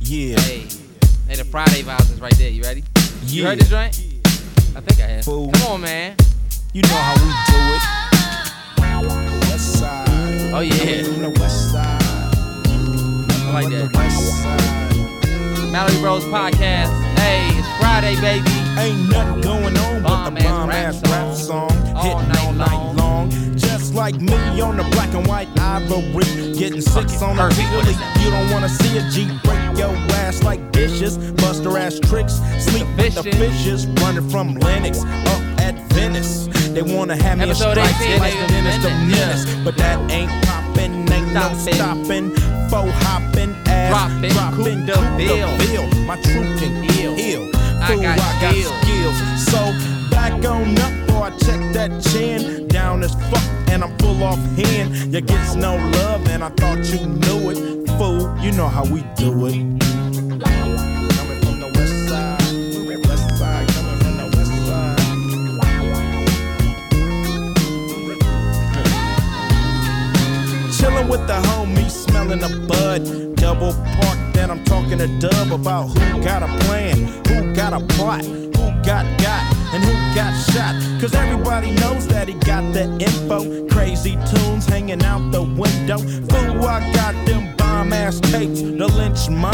Yeah. Hey, hey, the Friday vibes is right there. You ready? You Yeah. heard this joint? I think I have. Fool. Come on, man. You know how we do West side. Oh yeah, From the west side. I like The that. west side. Mallory Rose podcast. Hey, it's Friday, baby. it. Ain't nothing going on but the Bomb-ass bomb rap ass rap song. song. All Hitting all night night long. Just like me on the black and white ivory. Getting six on a perfect. What is daily. You don't wanna see a G break your ass like dishes. Buster ass tricks. Sleep with the Fishes. fishes. Running from Lennox up at Venice. They wanna have me a Episode strike 18, like nigga. Dennis the Venice, yeah. Menace. But that ain't poppin', ain't no Stoppin'. stoppin'. Faux hoppin', ass Droppin', droppin', coop the the bill. bill. My truth can Ill. ill. I Fool, got skills. skills. So back on up or I check that chin. Down as fuck and I'm full off hand. You gets no love and I thought you knew it. Fool, you know how we do it. Coming from the west side. West side. Coming from the west side. Chillin' with the homies, smellin' a bud. Double park, then I'm talking to Dub about who got a plan, who got a plot, who got got, and who got shot. Cause everybody knows that he got the info. Crazy tunes hanging out the window. Fool, I got them bomb ass tapes, the lynch mob.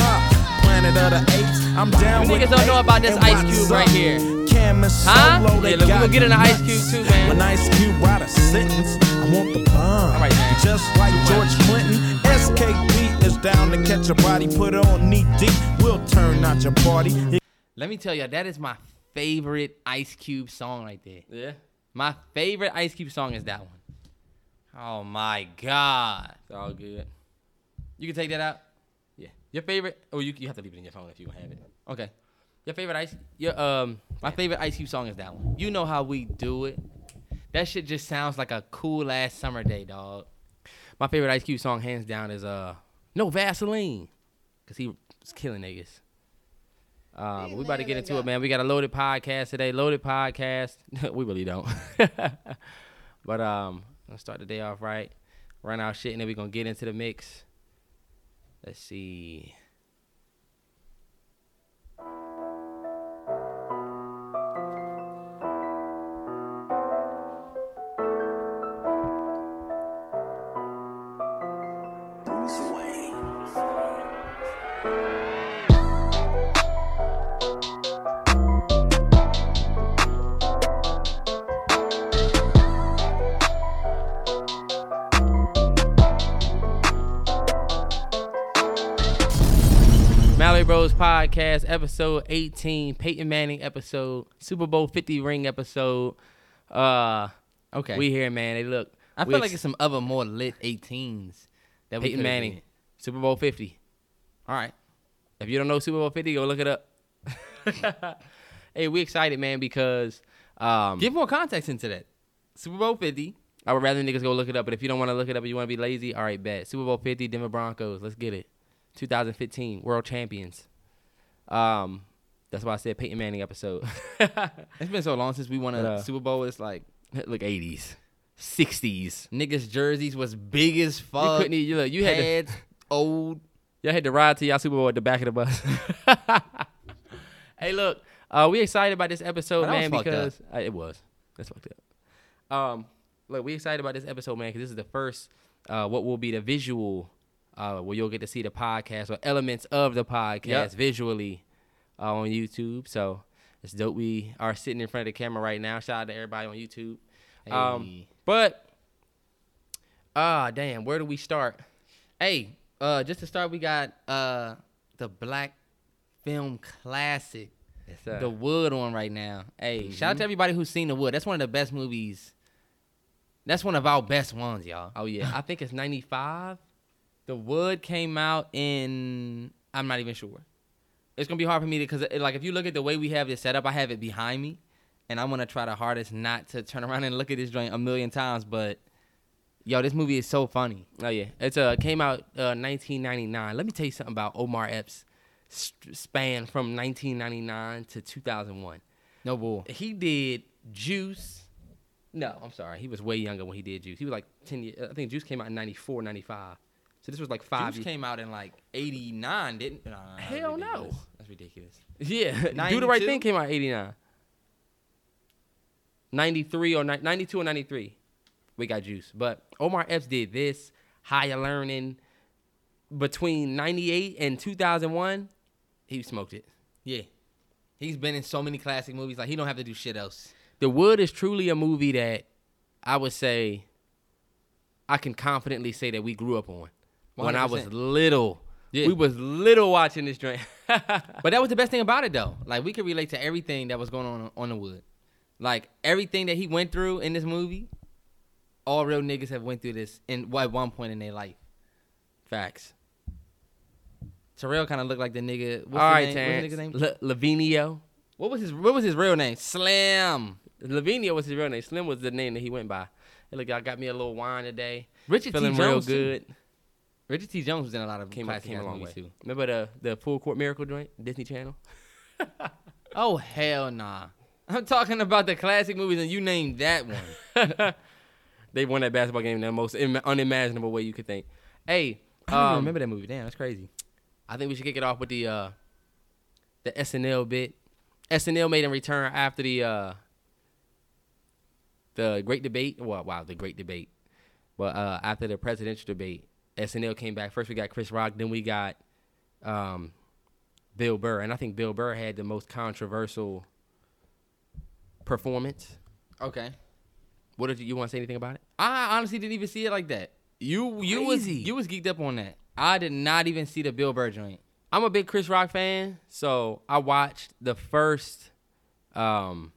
Planet of the apes, I'm down You with niggas don't know Ape about this and Ice what's Cube right up. here. Cam and Huh? Solo, they Yeah, look, we got gonna get into Ice nuts. Cube too, man. When Ice Cube out a sentence, I want the bomb. All right, man. Just like George Clinton, SKP is down to catch a body. Put it on knee deep, we'll turn out your party. You Let me tell you, that is my favorite Ice Cube song right there. Yeah. My favorite Ice Cube song is that one. Oh my God. It's all good. You can take that out. Yeah. Your favorite? Oh, you, you have to leave it in your phone if you don't have it. Okay. Your favorite Ice your um my favorite Ice Cube song is that one. You know how we do it. That shit just sounds like a cool ass summer day, dog. My favorite Ice Cube song hands down is uh No Vaseline. Cause he was killing niggas. Um, we about to get into it, man. We got a loaded podcast today. Loaded podcast. we really don't. but um let's start the day off right. Run our shit and then we're gonna get into the mix. Let's see. Mallory Bros Podcast, episode 18, Peyton Manning episode, Super Bowl 50 ring episode. Uh Okay. we here, man. They look I we feel like ex- it's some other more lit 18s that we Peyton Manning, Super Bowl 50. All right. If you don't know Super Bowl 50, go look it up. hey, we excited, man, because um Give more context into that. Super Bowl 50. I would rather niggas go look it up, but if you don't want to look it up and you want to be lazy, all right, bet. Super Bowl 50, Denver Broncos. Let's get it. 2015, World Champions. Um, that's why I said Peyton Manning episode. It's been so long since we won a Yeah. Super Bowl. It's like look, 80s, 60s. niggas' jerseys was big as fuck. you couldn't e- you, look, you had to, pads, old. y'all had to ride to y'all Super Bowl at the back of the bus. hey, look, uh, we excited about this episode, Oh, man, that was fucked up. because uh, it was. That's fucked up. Um, look, we excited about this episode, man, because this is the first uh, what will be the visual uh, where you'll get to see the podcast or elements of the podcast Yep. visually uh, on YouTube. So it's dope. We are sitting in front of the camera right now. Shout out to everybody on YouTube. Um, Hey. but ah, damn, where do we start? Hey, uh, just to start, we got uh, the Black Film Classic, The Wood, on right now. Hey, shout Mm-hmm. out to everybody who's seen The Wood. That's one of the best movies. That's one of our best ones, y'all. oh yeah, I think it's ninety five. The Wood came out in I'm not even sure. It's gonna be hard for me to because like if you look at the way we have this set up, I have it behind me, And I'm gonna try the hardest not to turn around and look at this joint a million times, but yo, this movie is so funny. Oh yeah, it's uh came out uh 1999. Let me tell you something about Omar Epps' st- span from 1999 to 2001. No bull. He did Juice. No, I'm sorry. He was way younger when he did Juice. He was like 10 years. I think Juice came out in 94, 95. So this was like five. years. Juice came out in like '89, didn't? No, no, no, that's Hell no. ridiculous. That's ridiculous. Yeah, do the right 92? thing came out in '89. '93 or ni- '92 or '93, we got Juice. But Omar Epps did this higher learning between '98 and 2001. He smoked it. Yeah, he's been in so many classic movies. Like he don't have to do shit else. The Wood is truly a movie that I would say I can confidently say that we grew up on when I was 100%. little. Yeah. We was little watching this joint. But that was the best thing about it though. Like we could relate to everything that was going on on the wood. Like everything that he went through in this movie, all real niggas have went through this in at one point in their life. Facts. Terrell kind of looked like the nigga. What's All his right, name? What's Terrence. the nigga's name? Le- Lavinio. What was his What was his real name? Slim. Lavinia was his real name. Slim was the name that he went by. Hey, look, I got me a little wine today. Richard Feeling T. real Jones. too. good. Richard T. Jones was in a lot of Came, out, classic came a ass long way. movies too. Remember the the Full Court Miracle joint, Disney Channel? Oh hell nah. I'm talking about the classic movies and you named that one. They won that basketball game in the most Im- unimaginable way you could think. Hey, I don't even um, remember that movie. Damn, that's crazy. I think we should kick it off with the uh the SNL bit. SNL made a return after the uh the great debate. Well, wow, the great debate. But uh after the presidential debate, SNL came back. First we got Chris Rock, then we got um Bill Burr, and I think Bill Burr had the most controversial performance. Okay. What did you, you want to say anything about it? I honestly didn't even see it like that. You you was Crazy. you was geeked up on that. I did not even see the Bill Burr joint. I'm a big Chris Rock fan, so I watched the first um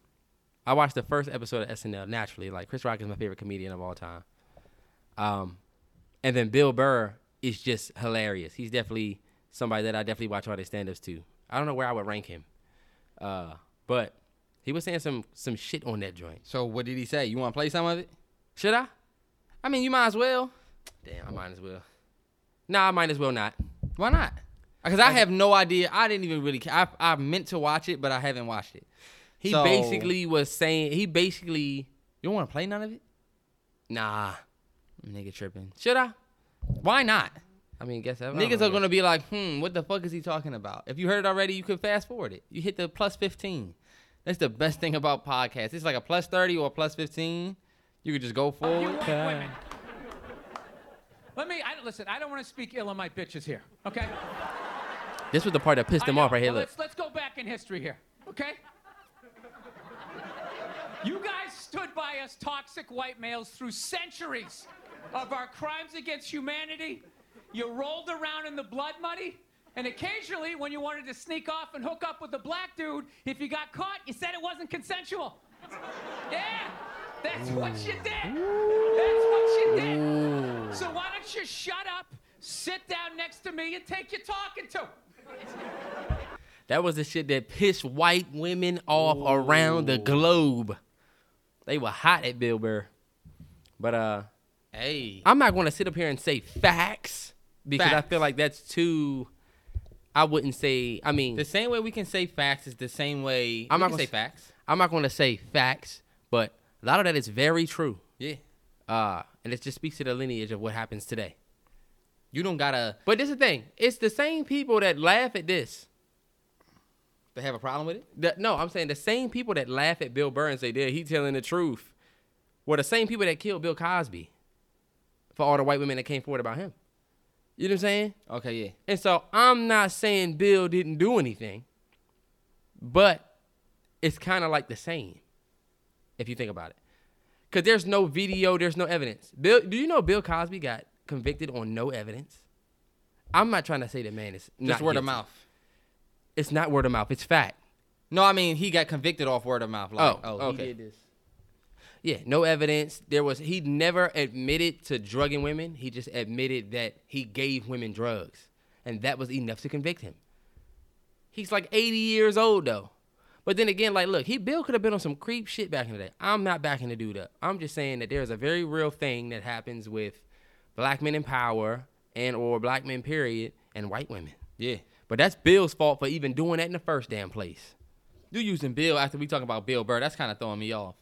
I watched the first episode of SNL naturally. Like Chris Rock is my favorite comedian of all time. Um and then Bill Burr is just hilarious. He's definitely somebody that I definitely watch all their stand-ups to. I don't know where I would rank him. Uh but he was saying some some shit on that joint. So what did he say? You want to play some of it? Should I? I mean, you might as well. Damn, I might as well. Nah, I might as well not. Why not? Because I have no idea. I didn't even really. ca- I I meant to watch it, but I haven't watched it. He So- basically was saying he basically You don't want to play none of it? nah. Nigga tripping. Should I? Why not? I mean, guess I Niggas are gonna be like, hmm, what the fuck is he talking about? If you heard it already, you could fast forward it. You hit the plus fifteen. That's the best thing about podcasts. It's like a plus thirty or a plus fifteen. You could just go You forward. want women. Let me, I, listen, I don't want to speak ill of my bitches here, okay? This was the part that pissed I him know, off right here. but Look, Let's, let's go back in history here, okay? You guys stood by us toxic white males through centuries of our crimes against humanity. You rolled around in the blood money. And occasionally, when you wanted to sneak off and hook up with a black dude, if you got caught, you said it wasn't consensual. Yeah, that's what you did. That's what you did. So why don't you shut up, sit down next to me, and take your talking to? that was the shit that pissed white women off around the globe. They were hot at Bill Burr. But uh, Hey, I'm not going to sit up here and say facts because I Facts. feel like that's too. I wouldn't say. I mean, the same way we can say facts is the same way I'm we not can gonna say s- facts. I'm not going to say facts, but a lot of that is very true. Yeah, Uh, and it just speaks to the lineage of what happens today. you don't gotta. But this is the thing. It's the same people that laugh at this They have a problem with it. The, no, I'm saying the same people that laugh at Bill Burr and say, "There, he telling the truth," were the same people that killed Bill Cosby for all the white women that came forward about him. You know what I'm saying? Okay, yeah. And so I'm not saying Bill didn't do anything, but it's kind of like the same if you think about it, because there's no video, there's no evidence. Bill, do you know Bill Cosby got convicted on no evidence? I'm not trying to say the man is Just not word guilty. of mouth. It's not word of mouth. It's fact. No, I mean he got convicted off word of mouth. Like, Oh, oh, okay. He did this. Yeah, no evidence. There was he never admitted to drugging women. He just admitted that he gave women drugs, and that was enough to convict him. He's like 80 years old though. But then again, like, look, he Bill could have been on some creep shit back in the day. I'm not backing the dude up. I'm just saying that there's a very real thing that happens with black men in power and or black men period and white women. Yeah. But that's Bill's fault for even doing that in the first damn place. You using Bill after we talking about Bill Burr? That's kind of throwing me off.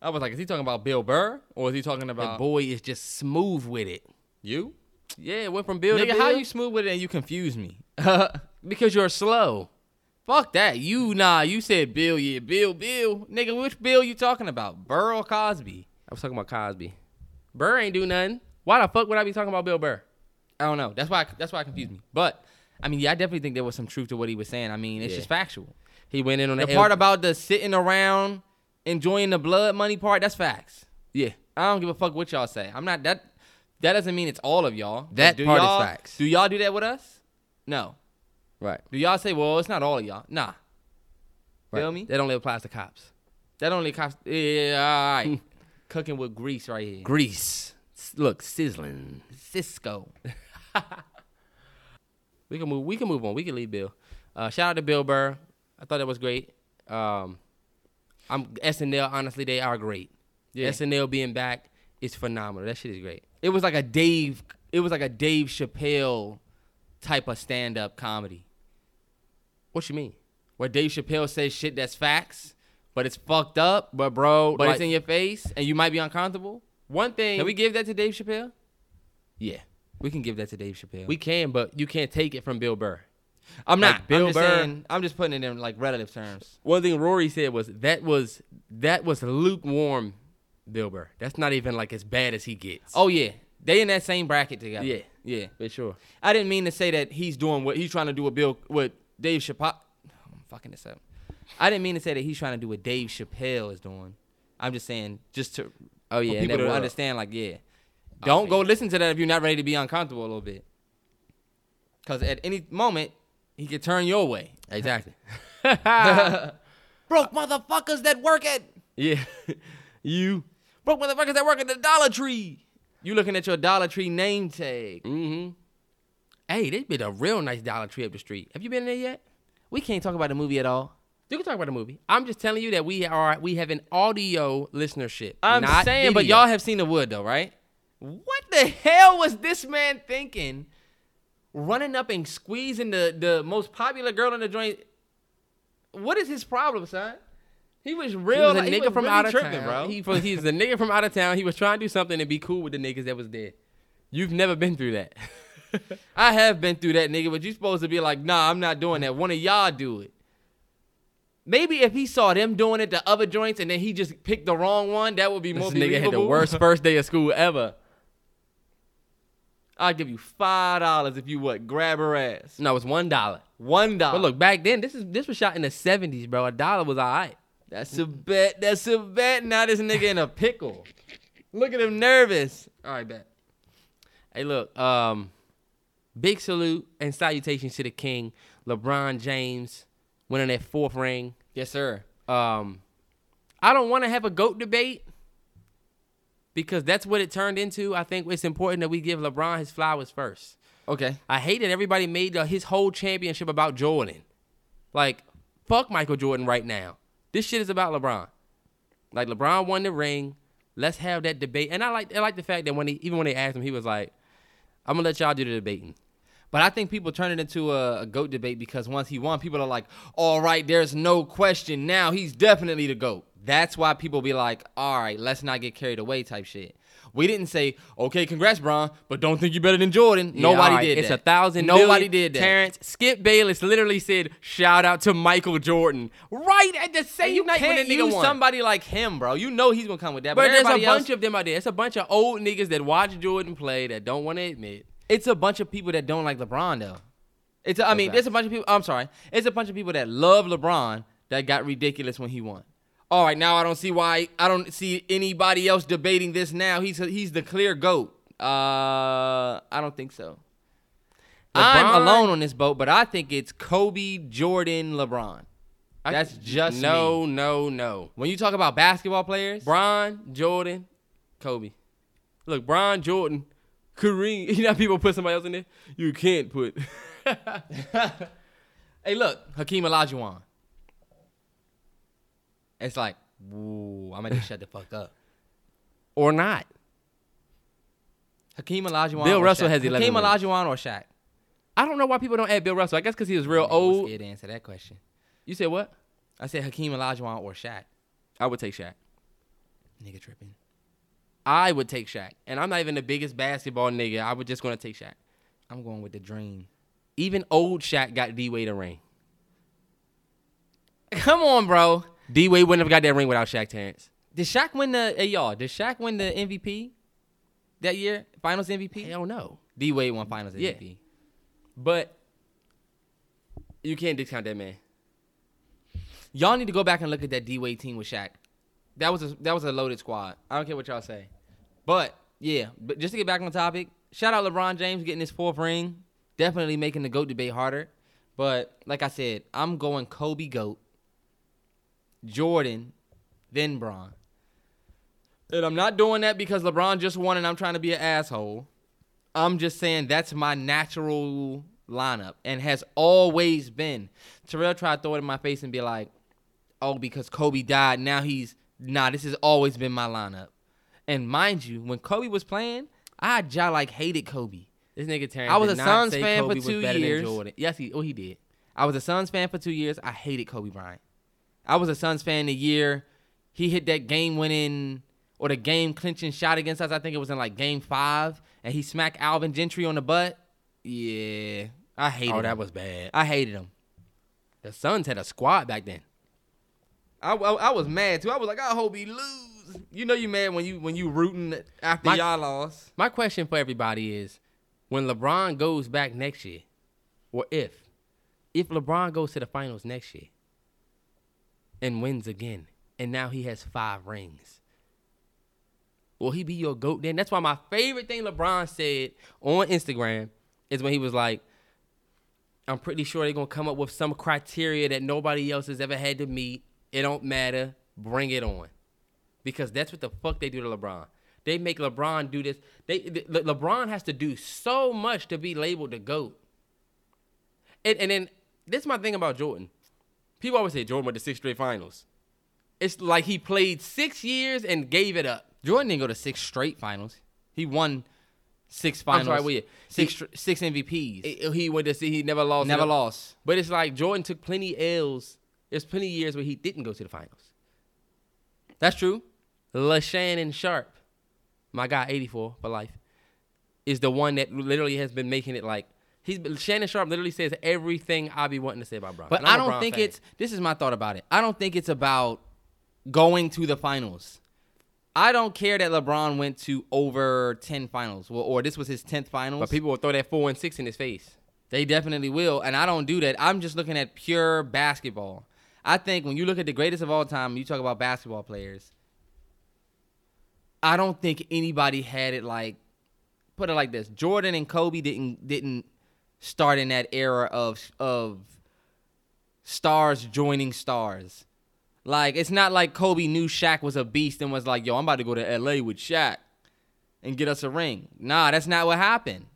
I was like, is he talking about Bill Burr or is he talking The about boy is just smooth with it. you? Yeah, it went from build to Nigga, build. how you smooth with it and you confuse me? because you're slow. Fuck that. You nah. You said Bill. Yeah, Bill. Bill. Nigga, which Bill you talking about? Burr or Cosby? I was talking about Cosby. Burr ain't do nothing. Why the fuck would I be talking about Bill Burr? I don't know. That's why. that's why it confused me. But I mean, yeah, I definitely think there was some truth to what he was saying. I mean, it's Yeah. just factual. He went in on The the part about the sitting around enjoying the blood money part, that's facts. yeah. I don't give a fuck what y'all say. I'm not that. That doesn't mean it's all of y'all. But That do part is y'all- facts. Do y'all do that with us? No. Right. Do y'all say, well, it's not all of y'all? Nah. Feel me? That only applies to cops. That only cops. Yeah, all right. Cooking with grease right here. Hmm. Grease. S- Look, sizzling. Cisco. We can move. We can move on. We can leave Bill. Uh, shout out to Bill Burr. I thought that was great. Um, I'm SNL. Honestly, they are great. Yeah. SNL being back is phenomenal. That shit is great. It was like a Dave. It was like a Dave Chappelle type of stand up comedy. What you mean? Where Dave Chappelle says shit that's facts, but it's fucked up, but bro, but like- it's in your face, and you might be uncomfortable. One thing Can we give that to Dave Chappelle? yeah We can give that to Dave Chappelle. we can, but you can't take it from Bill Burr. I'm not. Like Bill I'm just Burr. saying- I'm just putting it in like relative terms. One thing Rory said was that was that was lukewarm Bill Burr. That's not even like as bad as he gets. Oh yeah, they in that same bracket together. Yeah. yeah. for sure. I didn't mean to say that he's doing what he's trying to do with Bill with Dave Chappelle. I'm fucking this up. I didn't mean to say that he's trying to do what Dave Chappelle is doing. I'm just saying just to Oh, yeah, for and people that to will- understand like yeah. Don't go listen to that if you're not ready to be uncomfortable a little bit. Cause at any moment he could turn your way. Exactly. Broke motherfuckers that work at yeah, you. broke motherfuckers that work at the Dollar Tree. You looking at your Dollar Tree name tag. Hey, there's been a real nice Dollar Tree up the street. Have you been there yet? We can't talk about the movie at all. You can talk about the movie. I'm just telling you that we are we have an audio listenership. I'm not saying, but video. y'all have seen the wood though, right? What the hell was this man thinking? running up and squeezing the the most popular girl in the joint. What is his problem, son? He was He was real. a like, nigga he was from really out of tripping, town. bro. He, from, he's a nigga from out of town. He was trying to do something and be cool with the niggas that was dead. You've never been through that. I have been through that, nigga. But you supposed to be like, nah, I'm not doing that. One of y'all do it. Maybe if he saw them doing it, the other joints, and then he just picked the wrong one, that would be this more nigga had the believable. worst first day of school ever. I'll give you five dollars if you what grab her ass. No, it was one dollar. One dollar. But look, back then this is this was shot in the '70s, bro. A dollar was all right. That's a bet. That's a bet. Now this nigga in a pickle. Look at him nervous. All right, bet. Hey, look, um, big salute and salutations to the king, LeBron James, winning that fourth ring. Yes, sir. Um, I don't want to have a goat debate because that's what it turned into. I think it's important that we give LeBron his flowers first. Okay. I hate that everybody made uh, his whole championship about Jordan. Like, fuck Michael Jordan right now. This shit is about LeBron. Like LeBron won the ring. Let's have that debate. And I like I like the fact that when he even when they asked him, he was like, "I'm gonna let y'all do the debating." But I think people turn it into a, a goat debate because once he won, people are like, all right, there's no question now. He's definitely the goat. That's why people be like, all right, let's not get carried away type shit. We didn't say, okay, congrats, Bron, but don't think you're better than Jordan. Yeah, Nobody all right, did It's that. a thousand. Nobody million. did that. Terrence Skip Bayless literally said, "Shout out to Michael Jordan." Right at the same And you night can't when the nigga use won. somebody like him, bro. You know he's gonna come with that. But, But there's a everybody else- bunch of them out there. It's a bunch of old niggas that watch Jordan play that don't want to admit. It's a bunch of people that don't like LeBron though. It's a, I mean, Exactly. there's a bunch of people. I'm sorry, it's a bunch of people that love LeBron that got ridiculous when he won. All right, now I don't see why I don't see anybody else debating this now. He's he's the clear goat. Uh, I don't think so. LeBron- I'm alone on this boat, but I think it's Kobe, Jordan, LeBron. That's just me. no, no, no. When you talk about basketball players, Bron, Jordan, Kobe. Look, Bron, Jordan, Kareem. You know how people put somebody else in there? You can't put. Hey, look, Hakeem Olajuwon. It's like, ooh, I'm gonna just shut the fuck up. or not. Hakeem Olajuwon. Bill or Russell Shaq? has 11 Hakeem wins. Olajuwon or Shaq? I don't know why people don't add Bill Russell. I guess because he was real I'm old. scared to answer that question. You said what? I said Hakeem Olajuwon or Shaq. I would take Shaq. Nigga tripping. I would take Shaq. And I'm not even the biggest basketball nigga. I was just gonna take Shaq. I'm going with the dream. Even old Shaq got D Wade a ring. Come on, bro. D Wade wouldn't have got that ring without Shaq Terrence. Did Shaq win the hey, y'all? Did Shaq win the MVP that year? Finals MVP? Hell no. D Wade won Finals MVP. But you can't discount that man. Y'all need to go back and look at that D Wade team with Shaq. That was a that was a loaded squad. I don't care what y'all say. But yeah, but just to get back on topic, shout out LeBron James getting his fourth ring. Definitely making the GOAT debate harder. But like I said, I'm going Kobe GOAT, Jordan, then Bron. And I'm not doing that because LeBron just won and I'm trying to be an asshole. I'm just saying that's my natural lineup and has always been. Terrell tried to throw it in my face and be like, oh, because Kobe died, now he's nah, this has always been my lineup. And mind you, when Kobe was playing, I ja like hated Kobe. This nigga Terrence. I was did a not Suns say fan Kobe for was two better than years. Jordan. Yes, he oh he did. I was a Suns fan for two years. I hated Kobe Bryant. I was a Suns fan the year he hit that game winning or the game clinching shot against us. I think it was in like game five, and he smacked Alvin Gentry on the butt. Yeah, I hated. Oh, him. that was bad. I hated him. The Suns had a squad back then. I, I, I was mad too. I was like, I hope he lose. You know, you mad when you when you rooting after My- y'all lost. My question for everybody is when LeBron goes back next year, or if, if LeBron goes to the finals next year and wins again, and now he has five rings, will he be your GOAT then? That's why my favorite thing LeBron said on Instagram is when he was like, I'm pretty sure they're going to come up with some criteria that nobody else has ever had to meet. It don't matter. Bring it on because that's what the fuck they do to LeBron. They make LeBron do this. They Le- LeBron has to do so much to be labeled the goat. And, and then this is my thing about Jordan. People always say Jordan went to six straight finals. It's like he played six years and gave it up. Jordan didn't go to six straight finals. He won six finals. I'm sorry, wait. six He- str- six MVPs. He he went to see he never lost. Never lost. But it's like Jordan took plenty L's. There's plenty of years where he didn't go to the finals. That's true. LaShannon Sharp, my guy, 84 for life, is the one that literally has been making it like he's Shannon Sharp literally says everything I be wanting to say about Bron. But And I I'm a don't Bron think fan. it's. This is my thought about it. I don't think it's about going to the finals. I don't care that LeBron went to over ten finals, well, or this was his tenth finals. But people will throw that four and six in his face. They definitely will, and I don't do that. I'm just looking at pure basketball. I think when you look at the greatest of all time, you talk about basketball players. I don't think anybody had it like put it like this. Jordan and Kobe didn't didn't start in that era of of stars joining stars. Like it's not like Kobe knew Shaq was a beast and was like, "Yo, I'm about to go to LA with Shaq and get us a ring." Nah, that's not what happened.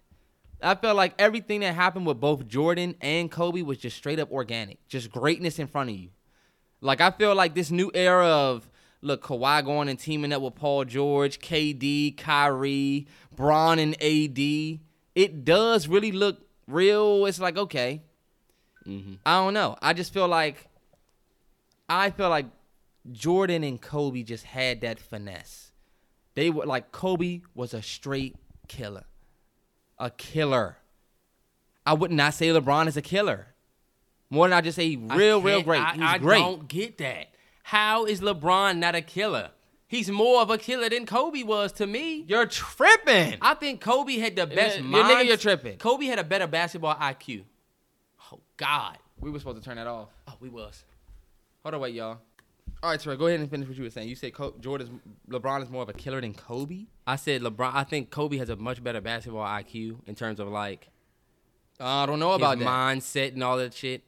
I felt like everything that happened with both Jordan and Kobe was just straight up organic, just greatness in front of you. Like I feel like this new era of look Kawhi going and teaming up with Paul George, KD, Kyrie, Braun and AD, it does really look real. It's like okay, I don't know. I just feel like I feel like Jordan and Kobe just had that finesse. They were like Kobe was a straight killer. A killer. I would not say LeBron is a killer. More than I just say he real, real can't- great. I, He's I great. don't get that. How is LeBron not a killer? He's more of a killer than Kobe was to me. You're tripping. I think Kobe had the best your mind. nigga, you're tripping. Kobe had a better basketball IQ. Oh God. We were supposed to turn that off. Oh, we was. Hold on, wait, y'all. All right, Terrell, go ahead and finish what you were saying. You said Co- Jordan's LeBron is more of a killer than Kobe. I said LeBron. I think Kobe has a much better basketball IQ in terms of like Uh, I don't know his about that. mindset and all that shit.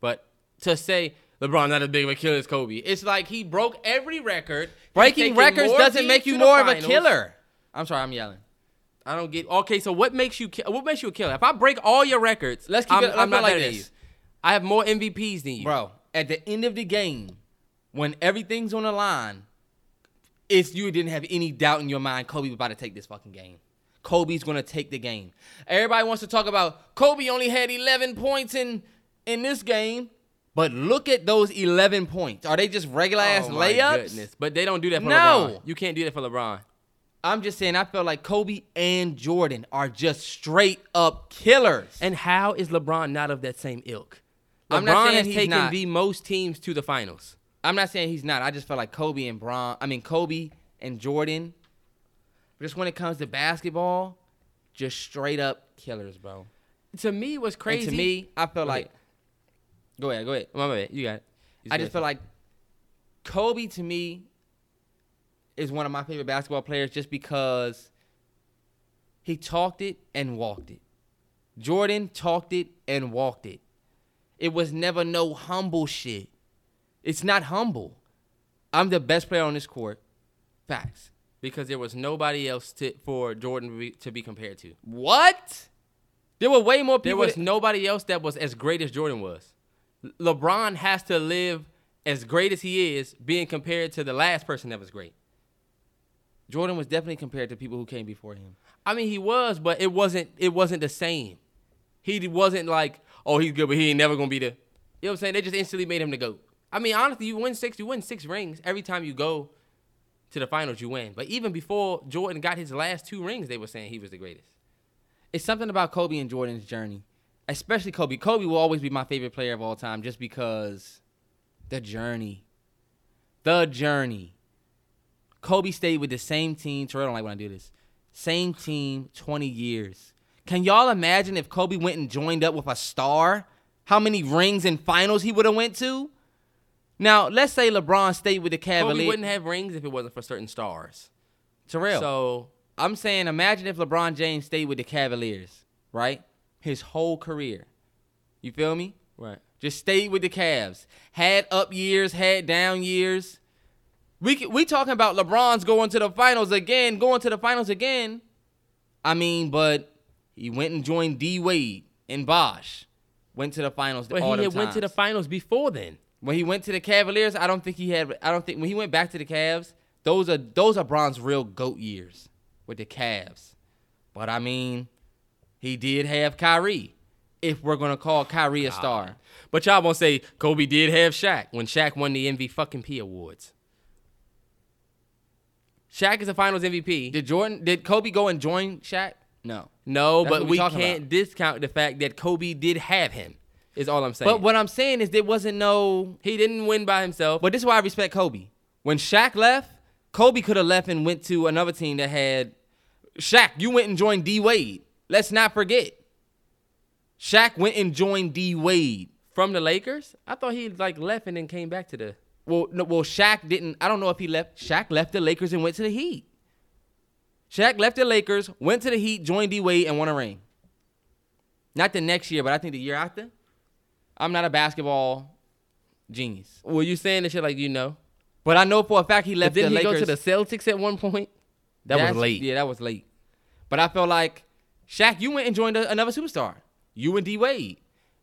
But to say LeBron not as big of a killer as Kobe, it's like he broke every record. He's Breaking taking records more doesn't teams make to you the more of a finals. killer. I'm sorry, I'm yelling. I don't get. Okay, so what makes you ki- what makes you a killer? If I break all your records, Let's keep I'm, it- let's I'm put it not like better than you. this. I have more MVPs than you, Bro, at the end of the game, when everything's on the line, it's you didn't have any doubt in your mind Kobe was about to take this fucking game. Kobe's gonna take the game. Everybody wants to talk about Kobe only had 11 points in in this game, but look at those 11 points. Are they just regular ass Oh my layups? goodness. But they don't do that for LeBron. No. You can't do that for LeBron. I'm just saying, I felt like Kobe and Jordan are just straight up killers. And how is LeBron not of that same ilk? LeBron I'm not saying has he's taken not. the most teams to the finals. I'm not saying he's not. I just felt like Kobe and Bron. I mean, Kobe and Jordan. Just when it comes to basketball, just straight up killers, bro. To me, what's crazy. And to me, I felt Go like. ahead. Go ahead, go ahead. my bad, you got. It. I just feel like Kobe to me is one of my favorite basketball players just because he talked it and walked it. Jordan talked it and walked it. It was never no humble shit. It's not humble. I'm the best player on this court. Facts. because there was nobody else to, for Jordan to be, to be compared to. What? There were way more people. There was that- nobody else that was as great as Jordan was. Le- LeBron has to live as great as he is, being compared to the last person that was great. Jordan was definitely compared to people who came before him. I mean, he was, but it wasn't. It wasn't the same. He wasn't like, oh, he's good, but he ain't never gonna be the. You know what I'm saying? They just instantly made him the goat. I mean, honestly, you win six, you win six rings every time you go to the finals. You win, but even before Jordan got his last two rings, they were saying he was the greatest. it's something about Kobe and Jordan's journey, especially Kobe. Kobe will always be my favorite player of all time just because the journey. The journey. Kobe stayed with the same team. Terrell don't like when I do this. Same team, 20 years. Can y'all imagine if Kobe went and joined up with a star? How many rings and finals he would have went to? Now, let's say LeBron stayed with the Kobe Cavaliers. wouldn't have rings if it wasn't for certain stars. Terrell. So I'm saying, imagine if LeBron James stayed with the Cavaliers, right? His whole career. You feel me? right. Just stayed with the Cavs. Had up years, had down years. We c- we talking about LeBron's going to the finals again, going to the finals again. I mean, but he went and joined D Wade and Bosch. Went to the finals. But all he them had went to the times. finals before then. When he went to the Cavaliers, I don't think he had. I don't think when he went back to the Cavs, those are those are Bron's real goat years with the Cavs. But I mean, he did have Kyrie. If we're gonna call Kyrie a star, But y'all won't say Kobe did have Shaq when Shaq won the MV fucking P awards. Shaq is the Finals MVP. did Jordan? Did Kobe go and join Shaq? No. no, That's but what we we talking can't about. discount the fact that Kobe did have him. Is all I'm saying. But what I'm saying is there wasn't no. he didn't win by himself. But this is why I respect Kobe. When Shaq left, Kobe could have left and went to another team that had Shaq. You went and joined D Wade. Let's not forget. Shaq went and joined D Wade. from the Lakers, I thought he like left and then came back to the. Well, no, well, Shaq didn't. I don't know if he left. Shaq left the Lakers and went to the Heat. Shaq left the Lakers, went to the Heat, joined D Wade, and won a ring. Not the next year, but I think the year after. I'm not a basketball genius, Were you saying this shit like you know? but I know for a fact he But left the didn't he go to Lakers. the Celtics at one point? That was That's- late. Yeah, that was late. But I felt like Shaq, you went and joined a, another superstar. You and D Wade.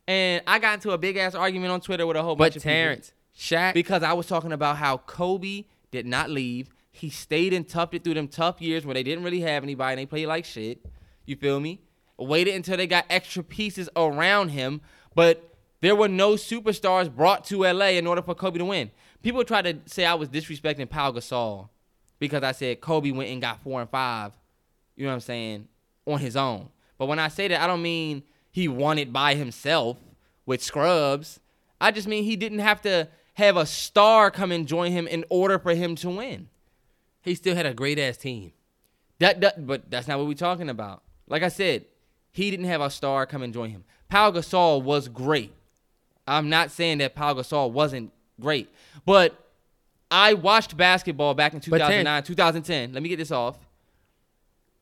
And I got into a big ass argument on Twitter with a whole But bunch of Terrence, people Shaq, because I was talking about how Kobe did not leave. He stayed and toughed it through them tough years where they didn't really have anybody and they played like shit. You feel me? Waited until they got extra pieces around him, but there were no superstars brought to LA in order for Kobe to win. People tried to say I was disrespecting Pau Gasol because I said Kobe went and got four and five. You know what I'm saying? On his own. But when I say that, I don't mean he won it by himself with scrubs. I just mean he didn't have to have a star come and join him in order for him to win. he still had a great ass team. That, that but that's not what we're talking about. Like I said, he didn't have a star come and join him. Pau Gasol was great. I'm not saying that Pau Gasol wasn't great, but I watched basketball back in Terrence- 2009, 2010. Let me get this off.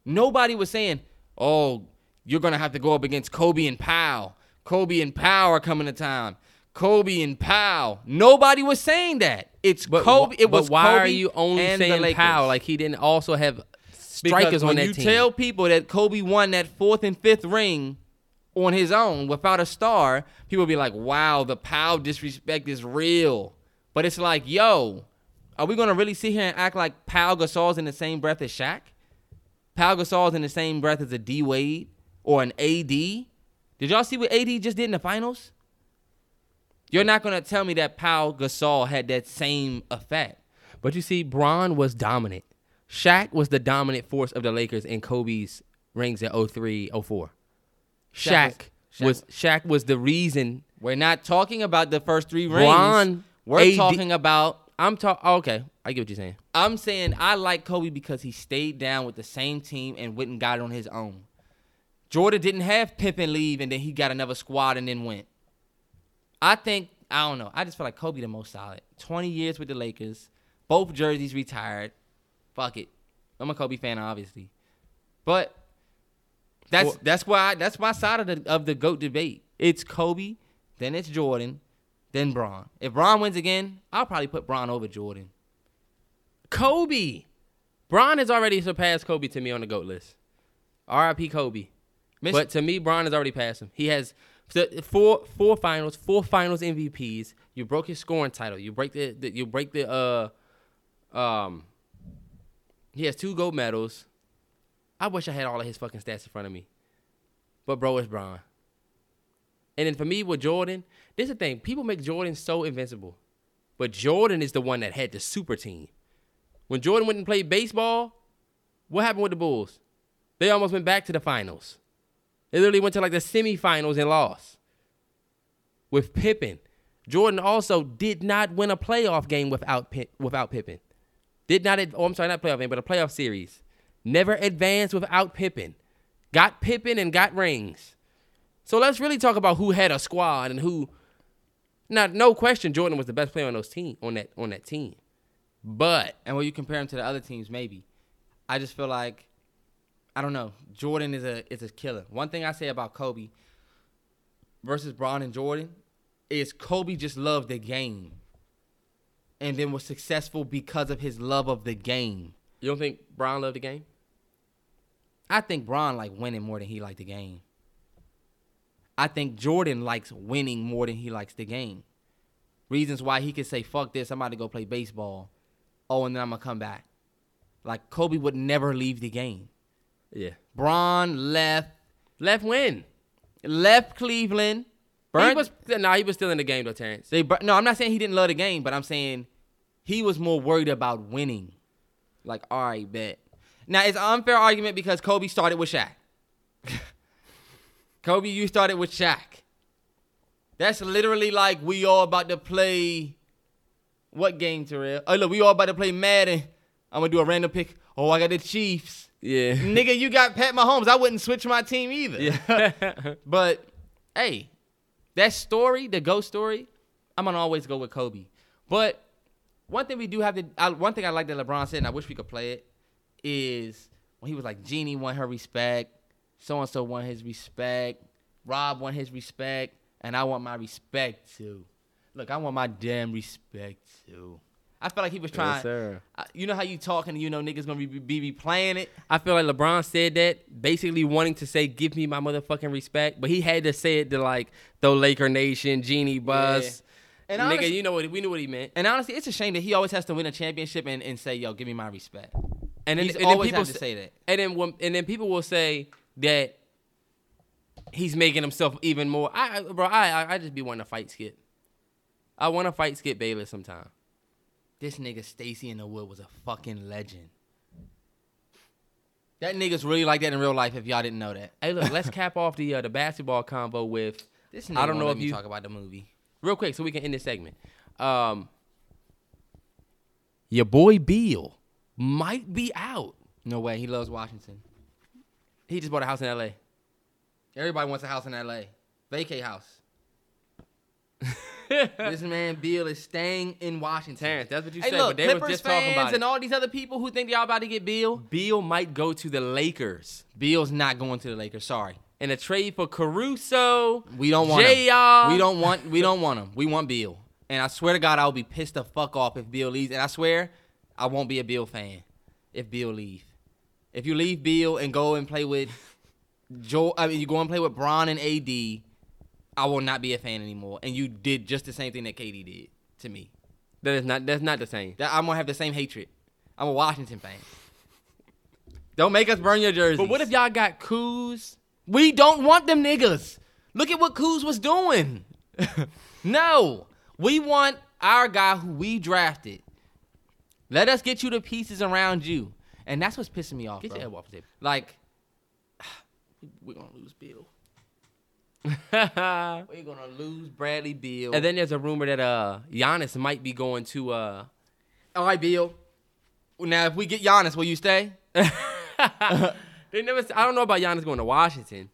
Nobody was saying, "Oh, you're gonna have to go up against Kobe and Powell. Kobe and Powell are coming to town. Kobe and Powell." Nobody was saying that. It's But Kobe. wh- It but was why are Kobe you only and the saying Lakers. Powell? Like he didn't also have Because strikers on when that you team. tell people that Kobe won that fourth and fifth ring on his own without a star, people be like, "Wow, the Powell disrespect is real." But it's like, yo, are we gonna really sit here and act like Powell Gasol's in the same breath as Shaq? Pau Gasol's in the same breath as a D Wade or an AD. Did y'all see what AD just did in the finals? You're not gonna tell me that Pau Gasol had that same effect. but you see, Braun was dominant. Shaq was the dominant force of the Lakers in Kobe's rings oh in 03, 04. Shaq, Shaq was, Shaq was the reason We're not talking about the first three rings. Bron, We're AD talking about. I'm talking. Okay, I get what you're saying. I'm saying I like Kobe because he stayed down with the same team and went and got it on his own. Jordan didn't have Pippen leave and then he got another squad and then went. I think I don't know. I just feel like Kobe the most solid. 20 years with the Lakers, both jerseys retired. Fuck it. I'm a Kobe fan, obviously, but that's Well- that's why that's my side of the of the goat debate. It's Kobe, then it's Jordan, then Braun. If Braun wins again, I'll probably put Braun over Jordan. Kobe, Bron has already surpassed Kobe to me on the goat list. R.I.P. Kobe. Miss- But to me, Bron has already passed him. He has th- four four finals, four finals MVPs. You broke his scoring title. You break the, the you break the uh um. He has two gold medals. I wish I had all of his fucking stats in front of me, but bro, it's Bron. And then for me with Jordan, this is the thing. People make Jordan so invincible, but Jordan is the one that had the super team. When Jordan went and played baseball, what happened with the Bulls? They almost went back to the finals. They literally went to like the semifinals and lost. With Pippen, Jordan also did not win a playoff game without Pi- without Pippen. Did not. ad- Oh, I'm sorry, not playoff game, but a playoff series. Never advanced without Pippen. Got Pippen and got rings. So let's really talk about who had a squad and who. Now, no question, Jordan was the best player on those team on that on that team. But And when you compare him to the other teams, maybe. I just feel like I don't know. Jordan is a is a killer. One thing I say about Kobe versus Braun and Jordan is Kobe just loved the game. And then was successful because of his love of the game. you don't think Brown loved the game? I think Braun like winning more than he liked the game. I think Jordan likes winning more than he likes the game. Reasons why he could say, fuck this, I'm about to go play baseball. Oh, and then I'm gonna come back. Like Kobe would never leave the game. Yeah. Braun left Left win. left Cleveland. He Burnt- was nah, he was still in the game though, Terrence. they bur- no, I'm not saying he didn't love the game, but I'm saying he was more worried about winning. Like, all right, bet. Now it's an unfair argument because Kobe started with Shaq. Kobe, you started with Shaq. That's literally like we all about to play what game, Terrell? Oh look, we all about to play Madden. I'm gonna do a random pick. Oh, I got the Chiefs. Yeah. Nigga, you got Pat Mahomes. I wouldn't switch my team either. But hey, that story, the ghost story, I'm gonna always go with Kobe. But one thing we do have to, I, one thing I like that LeBron said, and I wish we could play it, is when he was like, Jeannie won her respect, so and so won his respect, Rob won his respect, and I want my respect too. Look, I want my damn respect too. I feel like he was trying. sir. I- you know how you talking, you know niggas gonna be, be, be playing it. I feel like LeBron said that basically wanting to say give me my motherfucking respect, but he had to say it to like the Laker Nation, Genie Bus. And Nigga, honest- you know what we knew what he meant. And honestly, it's a shame that he always has to win a championship and, and say, yo, give me my respect. And then, He's and then always people had to s- say that. And then when, and then people will say that he's making himself even more. I I- bro, I I- I just be wanting to fight Skip. I want to fight Skip Bayless sometime. This nigga Stacy in the Wood was a fucking legend. That nigga's really like that in real life if y'all didn't know that. Hey, look, let's cap off the uh, the basketball convo with. This nigga I don't won't know let if me you talk about the movie. real quick so we can end this segment. Um, your boy Beal might be out. No way, he loves Washington. He just bought a house in L.A. Everybody wants a house in LA. Vacay house. this man Beal is staying in Washington. Terrence, that's what you hey, said, Look, but they Clippers were just fans talking about and it. all these other people who think y'all about to get Beal. Beal might go to the Lakers Beal's not going to the Lakers. Sorry. in a trade for Caruso. We don't want J.R.. him. We don't want. We don't want him. We want Bill. And I swear to God, I will be pissed the fuck off if Bill leaves. And I swear, I won't be a Bill fan if Bill leave. If you leave Bill and go and play with Joel, I mean, you go and play with Bron and AD, I will not be a fan anymore. And you did just the same thing that KD did to me. That is not that's not the same. That I'm gonna have the same hatred. I'm a Washington fan. Don't make us burn your jerseys. But what if y'all got Kuz? We don't want them niggas. Look at what Kuz was doing. no, we want our guy who we drafted. Let us get you the pieces around you. And that's what's pissing me off. Get bro. your elbow off the table. Like, we're gonna lose Bill. we're gonna lose Bradley Bill. And then there's a rumor that uh Giannis might be going to uh all right, Bill. Now, if we get Giannis, will you stay? they never s- I don't know about Giannis going to Washington.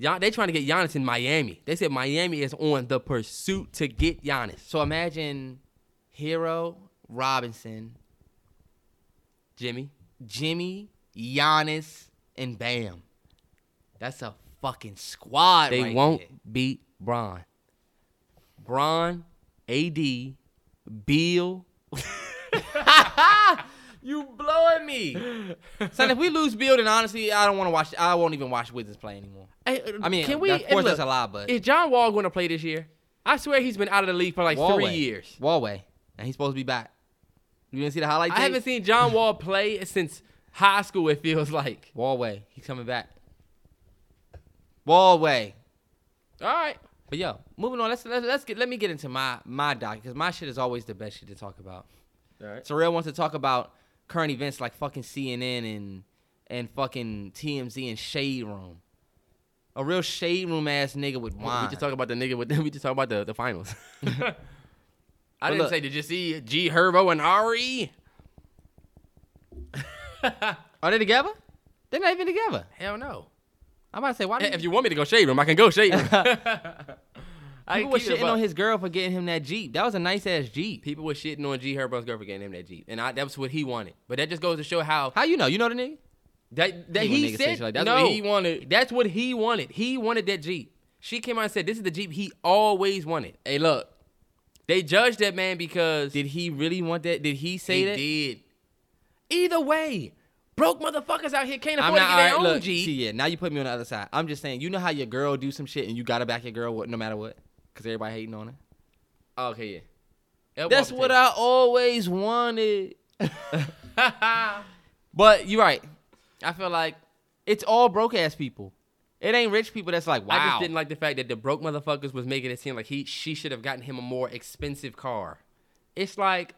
Gian, they trying to get Giannis in Miami. They said Miami is on the pursuit to get Giannis. So imagine Hero, Robinson, Jimmy, Jimmy, Giannis, and Bam. That's a fucking squad. they right won't there. beat Bron. Bron, AD, Bill. You blowing me, son. If we lose Bill, then honestly, I don't want to watch. I won't even watch Wizards play anymore. I mean, can we? Of course, look, that's a lot, but Is John Wall going to play this year? I swear he's been out of the league for like three Walway. years. Walway, and he's supposed to be back. You didn't see the highlight? I haven't seen John Wall play since high school. It feels like. Walway. He's coming back. Walway. All right. But yo, moving on. Let's let's, let's get let me get into my my doc because my shit is always the best shit to talk about. All right. Terrell wants to talk about current events like fucking CNN and and fucking TMZ and Shade Room. A real shade room ass nigga with wine. We just talk about the nigga with we just talk about the, the finals. I didn't look- say did you see G Herbo and Ari? Are they together? They're not even together. Hell no. I'm about to say why? Hey, did If you want me to go shade room, I can go shade room. I people were keep it shitting on above. his girl for getting him that jeep. That was a nice ass jeep. People were shitting on G Herbo's girlfriend getting him that Jeep. And I, that was what he wanted. But that just goes to show how How you know? You know the nigga? that, that You he want niggas to say said shit like that. no, That's what he wanted. That's what he wanted. He wanted that Jeep. She came out and said, This is the Jeep he always wanted. Hey, look. They judged that man because Did he really want that? Did he say he that? did. Either way, broke motherfuckers out here can't I'm afford to not get all their right. own Look, Jeep. see, yeah. Now you put me on the other side. I'm just saying, you know how your girl do some shit and you gotta back your girl what, no matter what, cause everybody hating on her. Oh, okay, yeah. Elbow That's off the what table. I always wanted. but you're right. I feel like it's all broke ass people. It ain't rich people that's like, wow. I just didn't like the fact that the broke motherfuckers was making it seem like he she should have gotten him a more expensive car. It's like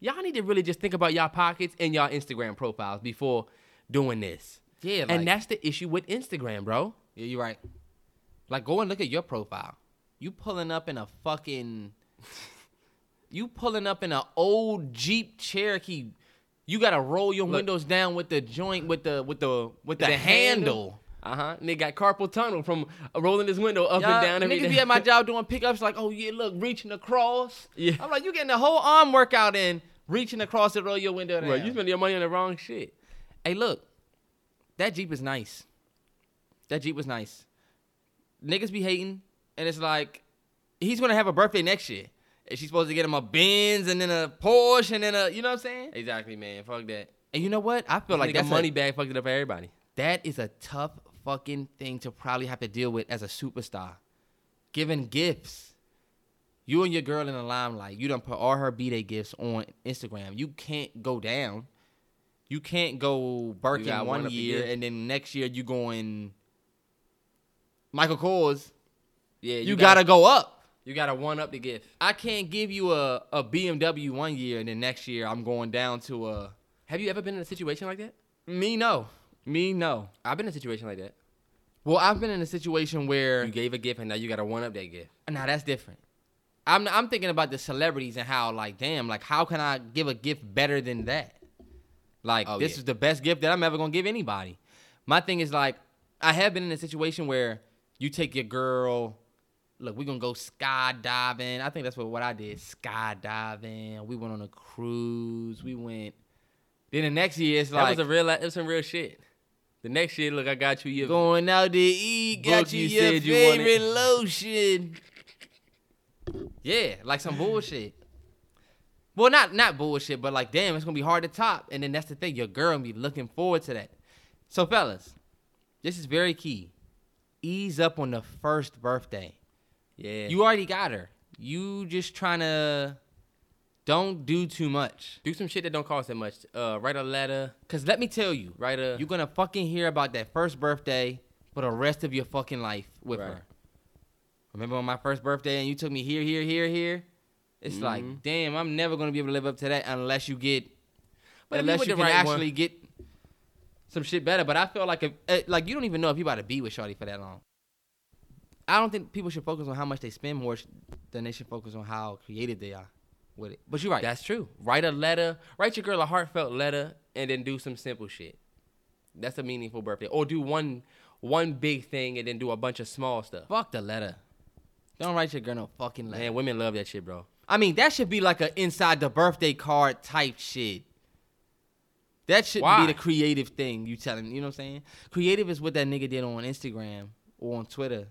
y'all need to really just think about y'all pockets and y'all Instagram profiles before doing this. yeah, like, and that's the issue with Instagram, bro. yeah, you're right. Like, go and look at your profile. You pulling up in a fucking, you pulling up in an old Jeep Cherokee. You gotta roll your windows down with the joint with the with the with the, handle. Uh huh. Nigga got carpal tunnel from rolling his window up Y'all and down every niggas day. be at my job doing pickups like, oh yeah, look, reaching across. Yeah. I'm like, you getting the whole arm workout in, reaching across the roll your window down. Bro, you spend your money on the wrong shit. hey, look, that Jeep is nice. That Jeep was nice. Niggas be hating, and it's like, he's gonna have a birthday next year. And she's supposed to get him a Benz and then a Porsche and then a, you know what I'm saying? Exactly, man. Fuck that. And you know what? I feel like Like that that's money money. bag fucked it up for everybody. that is a tough fucking thing to probably have to deal with as a superstar. Giving gifts. You and your girl in the limelight. You done put all her b-day gifts on Instagram. You can't go down. You can't go Birkin gotta one one up the year gift. and then next year you going Michael Kors. Yeah, You, gotta, go up. you gotta one up the gift. I can't give you a, a BMW one year and then next year I'm going down to a Have you ever been in a situation like that? me no. Me no. I've been in a situation like that. Well, I've been in a situation where You gave a gift and now you gotta one up that gift. Nah, that's different. I'm I'm thinking about the celebrities and how like, damn, like how can I give a gift better than that? Like Oh, this yeah. is the best gift that I'm ever gonna give anybody. My thing is like, I have been in a situation where you take your girl. Look, we're gonna go skydiving. I think that's what, what I did. Skydiving. We went on a cruise. We went. Then the next year, it's That like was a real. That was some real shit. The next year, look, I got you. You going out to eat. Got Book you, you your said you wanted. favorite lotion. Yeah, like some bullshit. Well, not not bullshit, but like, damn, it's gonna be hard to top. And then that's the thing, your girl gonna be looking forward to that. So, fellas, this is very key. Ease up on the first birthday. yeah. You You already got her. You just trying to don't do too much. do some shit that don't cost that much. Uh, write a letter. Cause let me tell you, Write a. you're gonna fucking hear about that first birthday for the rest of your fucking life with Right. her. Remember on my first birthday and you took me here, here, here, here? Mm-hmm. It's like, damn, I'm never gonna be able to live up to that unless you get, But if you unless with the you can right one- actually get some shit better. But I feel like if eh, like you don't even know if you about to be with Shorty for that long. I don't think people should focus on how much they spend more sh- than they should focus on how creative they are with it. But you're right. That's true. Write a letter. Write your girl a heartfelt letter, and then do some simple shit. That's a meaningful birthday. Or do one one big thing and then do a bunch of small stuff. Fuck the letter. Don't write your girl no fucking letter. Man, women love that shit, bro. I mean, that should be like an inside the birthday card type shit. That should Why? be the creative thing you tell him. You know what I'm saying? Creative is what that nigga did on Instagram or on Twitter,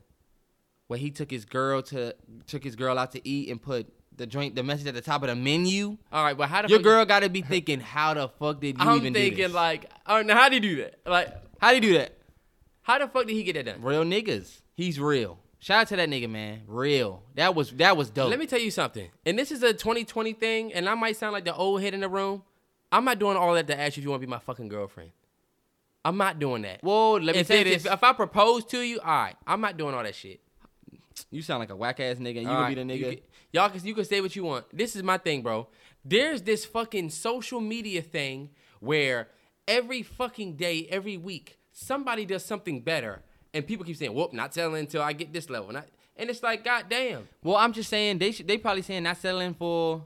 where he took his girl to took his girl out to eat and put the drink, the message at the top of the menu. All right, but how the Your fuck- girl got to be thinking, how the fuck did you I'm even thinking do this? like, all right, now how do you do that? Like, how do you do that? how the fuck did he get that done? Real niggas. He's real. Shout out to that nigga, man. Real. That was that was dope. Let me tell you something. And this is a 2020 thing, and I might sound like the old head in the room. I'm not doing all that to ask you if you want to be my fucking girlfriend. I'm not doing that. Whoa, let me if, say if- this. If, if I propose to you, all right, I'm not doing all that shit. you sound like a whack ass nigga. And you All gonna be the right, nigga. you can- y'all can you can say what you want. This is my thing, bro. There's this fucking social media thing where every fucking day, every week, somebody does something better, and people keep saying, "Whoop, not selling until I get this level." Not, and it's like, God damn. Well, I'm just saying they should, they probably saying not selling for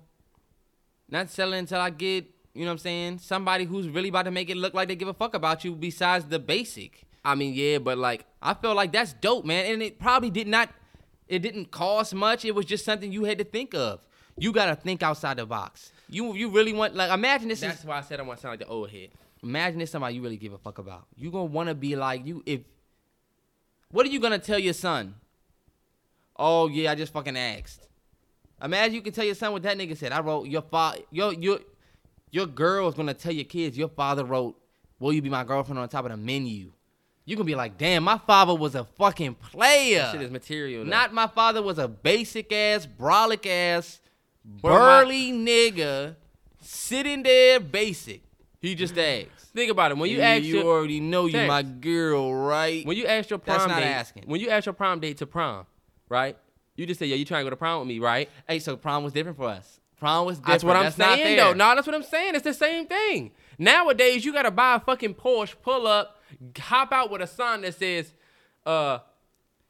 not selling until I get, you know what I'm saying? Somebody who's really about to make it look like they give a fuck about you besides the basic. I mean, yeah, but like, I feel like that's dope, man. And it probably did not it didn't cost much. It was just something you had to think of. You gotta think outside the box. You you really want like imagine this that's is why I said I want to sound like the old head. imagine this somebody you really give a fuck about. You gonna wanna be like you if what are you gonna tell your son? Oh yeah, I just fucking asked. Imagine you can tell your son what that nigga said. I wrote your father your your your girl's gonna tell your kids your father wrote Will you be my girlfriend on top of the menu? You gonna be like, damn, my father was a fucking player. That shit is material. though. Not my father was a basic ass, brolic ass, my- burly nigga sitting there basic. He just asked. Think about it. When you ask you your already know you Thanks. my girl, right? when you ask your prom That's not date, asking. when you ask your prom date to prom, right? You just say, "Yo, you trying to go to prom with me, right?" hey, so prom was different for us. Prom was different. That's what I'm not saying, fair. though. No, that's what I'm saying. It's the same thing. Nowadays, you gotta buy a fucking Porsche, pull up, g- hop out with a sign that says, uh,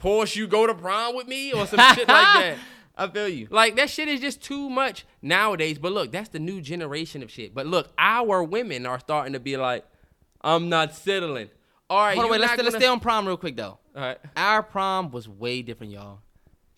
"Porsche, you go to prom with me," or some shit like that. I feel you. Like that shit is just too much nowadays. But look, that's the new generation of shit. But look, our women are starting to be like, "I'm not settling." All right, Hold on, you're wait. Let's, not let's gonna- stay on prom real quick though. All right. Our prom was way different, y'all.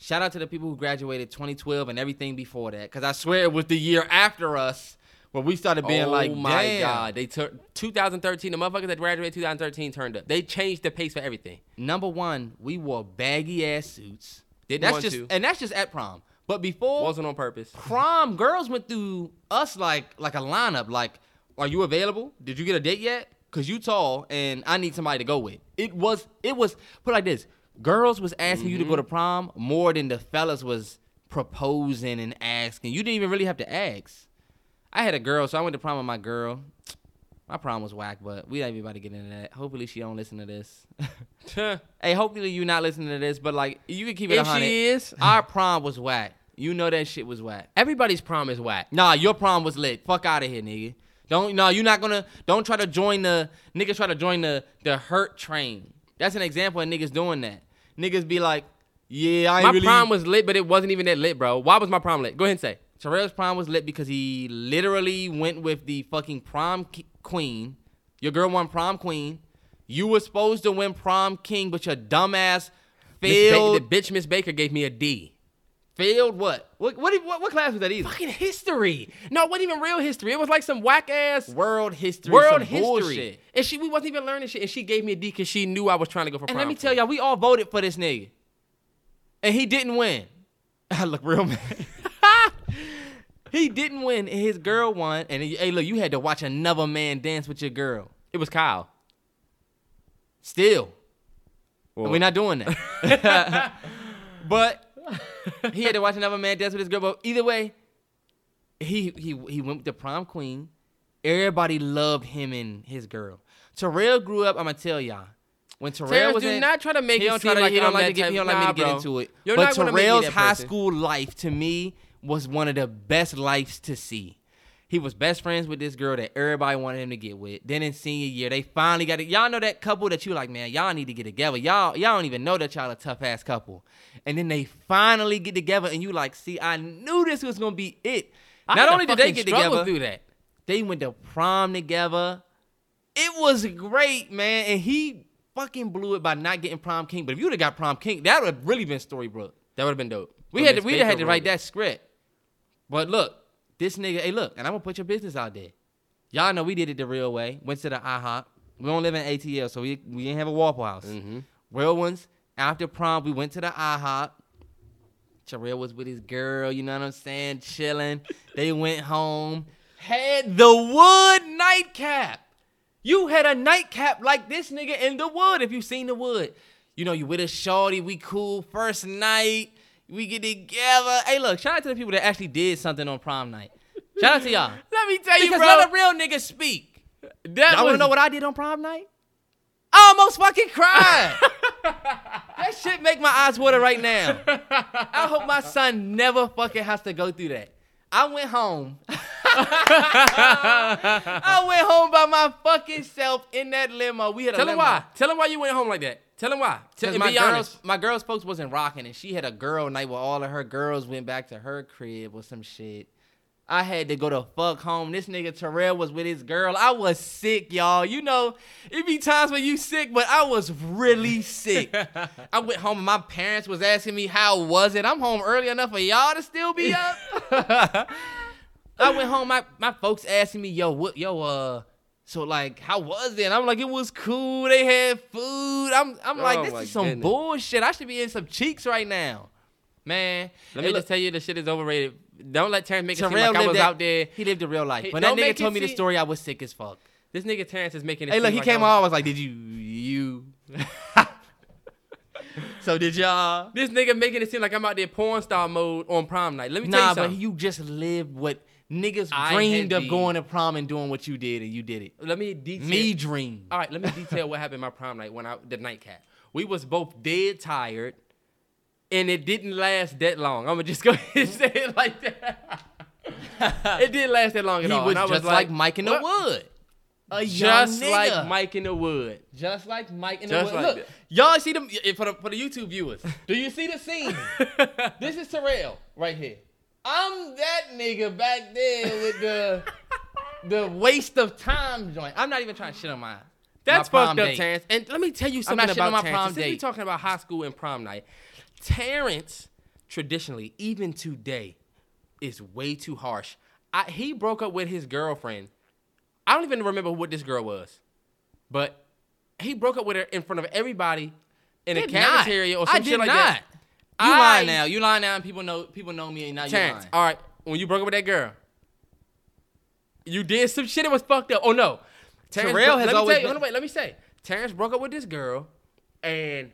Shout out to the people who graduated 2012 and everything before that, because I swear it was the year after us where we started being oh like, my damn. god, they turned 2013. The motherfuckers that graduated 2013 turned up. They changed the pace for everything. Number one, we wore baggy ass suits. Didn't that's want just to. and that's just at prom. But before Wasn't on purpose. prom, girls went through us like like a lineup. Like, are you available? Did you get a date yet? Cause you tall and I need somebody to go with. It was it was put it like this. Girls was asking you to go to prom more than the fellas was proposing and asking. You didn't even really have to ask. I had a girl, so I went to prom with my girl. My prom was whack, but we ain't even about to get into that. Hopefully she don't listen to this. hey, hopefully you not listening to this, but like you can keep it If a hundred. she is- our prom was whack. You know that shit was whack. Everybody's prom is whack. Nah, your prom was lit. Fuck out of here, nigga. Don't no, you're not gonna don't try to join the niggas try to join the the hurt train. That's an example of niggas doing that. Niggas be like, yeah, I ain't My really. prom was lit, but it wasn't even that lit, bro. Why was my prom lit? Go ahead and say. Terrell's prom was lit because he literally went with the fucking prom ki- queen. Your girl won prom queen. You were supposed to win prom king, but your dumbass Miss Ba- the failed. bitch Miss Baker gave me a D. failed what? What, what? did- what? What class was that either? Fucking history. No, it wasn't even real history. It was like some whack ass World history. world some history. bullshit. And she, we wasn't even learning shit. And she gave me a D because she knew I was trying to go for And prom. let me tell y'all, we all voted for this nigga. And he didn't win. I look real mad. he didn't win, and his girl won. And hey, look, you had to watch another man dance with your girl. it was Kyle. Still. And we're not doing that. but he had to watch another man dance with his girl. But either way, he he he went with the prom queen. Everybody loved him and his girl. Terrell grew up. I'ma tell y'all. When Terrell Terrence, was do in, not try to make he it don't seem try to, like he don't I'm like that to get, type- he don't like me Nah, to get bro. into it. You're but not gonna make me Terrell's that high person. school life to me was one of the best lives to see. He was best friends with this girl that everybody wanted him to get with. Then in senior year, they finally got it. Y'all know that couple that you like, man, y'all need to get together. Y'all, y'all don't even know that y'all a tough ass couple. And then they finally get together, and you like, see, I knew this was gonna be it. I had Not to only did they fucking get struggle together, through that. they went to prom together. It was great, man. And he fucking blew it by not getting prom king. But if you would have got prom king, that would have really been storybook. That would have been dope. We But had to, Miss we had Baker to wrote write it. that script. But look, this nigga, hey, look, and I'm gonna put your business out there. Y'all know we did it the real way. Went to the IHOP. We don't live in ATL, so we we didn't have a Waffle House. Real ones. After prom, we went to the IHOP. Jarrell was with his girl, you know what I'm saying, chilling. they went home, had the wood nightcap. You had a nightcap like this nigga in the wood. If you seen the wood, you know you with a shorty. We cool. First night, we get together. Hey, look, shout out to the people that actually did something on prom night. Shout out to y'all. Let me tell you, Because bro. let a real nigga speak. that Y'all was, wanna know what I did on prom night? I almost fucking cried. that shit make my eyes water right now. I hope my son never fucking has to go through that. I went home. I went home by my fucking self in that limo. We had a Tell limo. him why. Tell him why you went home like that. Tell him why. Tell, Cause and my be girls, honest. my girls folks wasn't rocking, and she had a girl night where all of her girls went back to her crib or some shit. I had to go to fuck home. This nigga Terrell was with his girl. I was sick, y'all. You know, it be times when you sick, but I was really sick. I went home and my parents was asking me how was it. I'm home early enough for y'all to still be up. I went home. My my folks asking me, yo, what, yo, uh, so like, how was it? And I'm like, it was cool. They had food. I'm I'm Oh, like, this my is some goodness. bullshit. I should be in some cheeks right now, man. Let Hey, me look, just tell you, the shit is overrated. Don't let Terrence make it Terrell seem like I lived was that- out there. He lived a real life. Hey, When that don't nigga make it told me the seem- story, I was sick as fuck. This nigga Terrence is making it. Hey, seem look, he like came I was- on. I was like, did you you? so did y'all? This nigga making it seem like I'm out there porn star mode on prom night. Let me tell Nah, you but something. you just lived what niggas I dreamed had of the- going to prom and doing what you did, and you did it. let me detail. Me dream. All right, let me detail what happened my prom night when I the nightcap. We was both dead tired, and it didn't last that long. I'ma just go ahead and say it like that. it didn't last that long at He all. was and I just was like, Mike in the what? Wood. A young Just nigga. like Mike in the Wood. Just like Mike in Just the Wood. like Look, that. y'all see them eh, for the, for the YouTube viewers. Do you see the scene? this is Terrell right here. I'm that nigga back there with the the waste of time joint. I'm not even trying to shit on my. That's my prom fucked up, date. Terrence. And let me tell you I'm not something shitting on about my Terrence. prom Since we date. talking about high school and prom night, Terrence traditionally, even today, is way too harsh. I, he broke up with his girlfriend. I don't even remember what this girl was, but he broke up with her in front of everybody in Did a not. cafeteria or some I shit did like that. not. You lying I- now. You lying now, and people know people know me, and now you Terrence, lying. all right, when you broke up with that girl, you did some shit that was fucked up. Oh no, Terrence Terrell bro- has let me always tell you, been- no, wait, let me say, Terrence broke up with this girl, and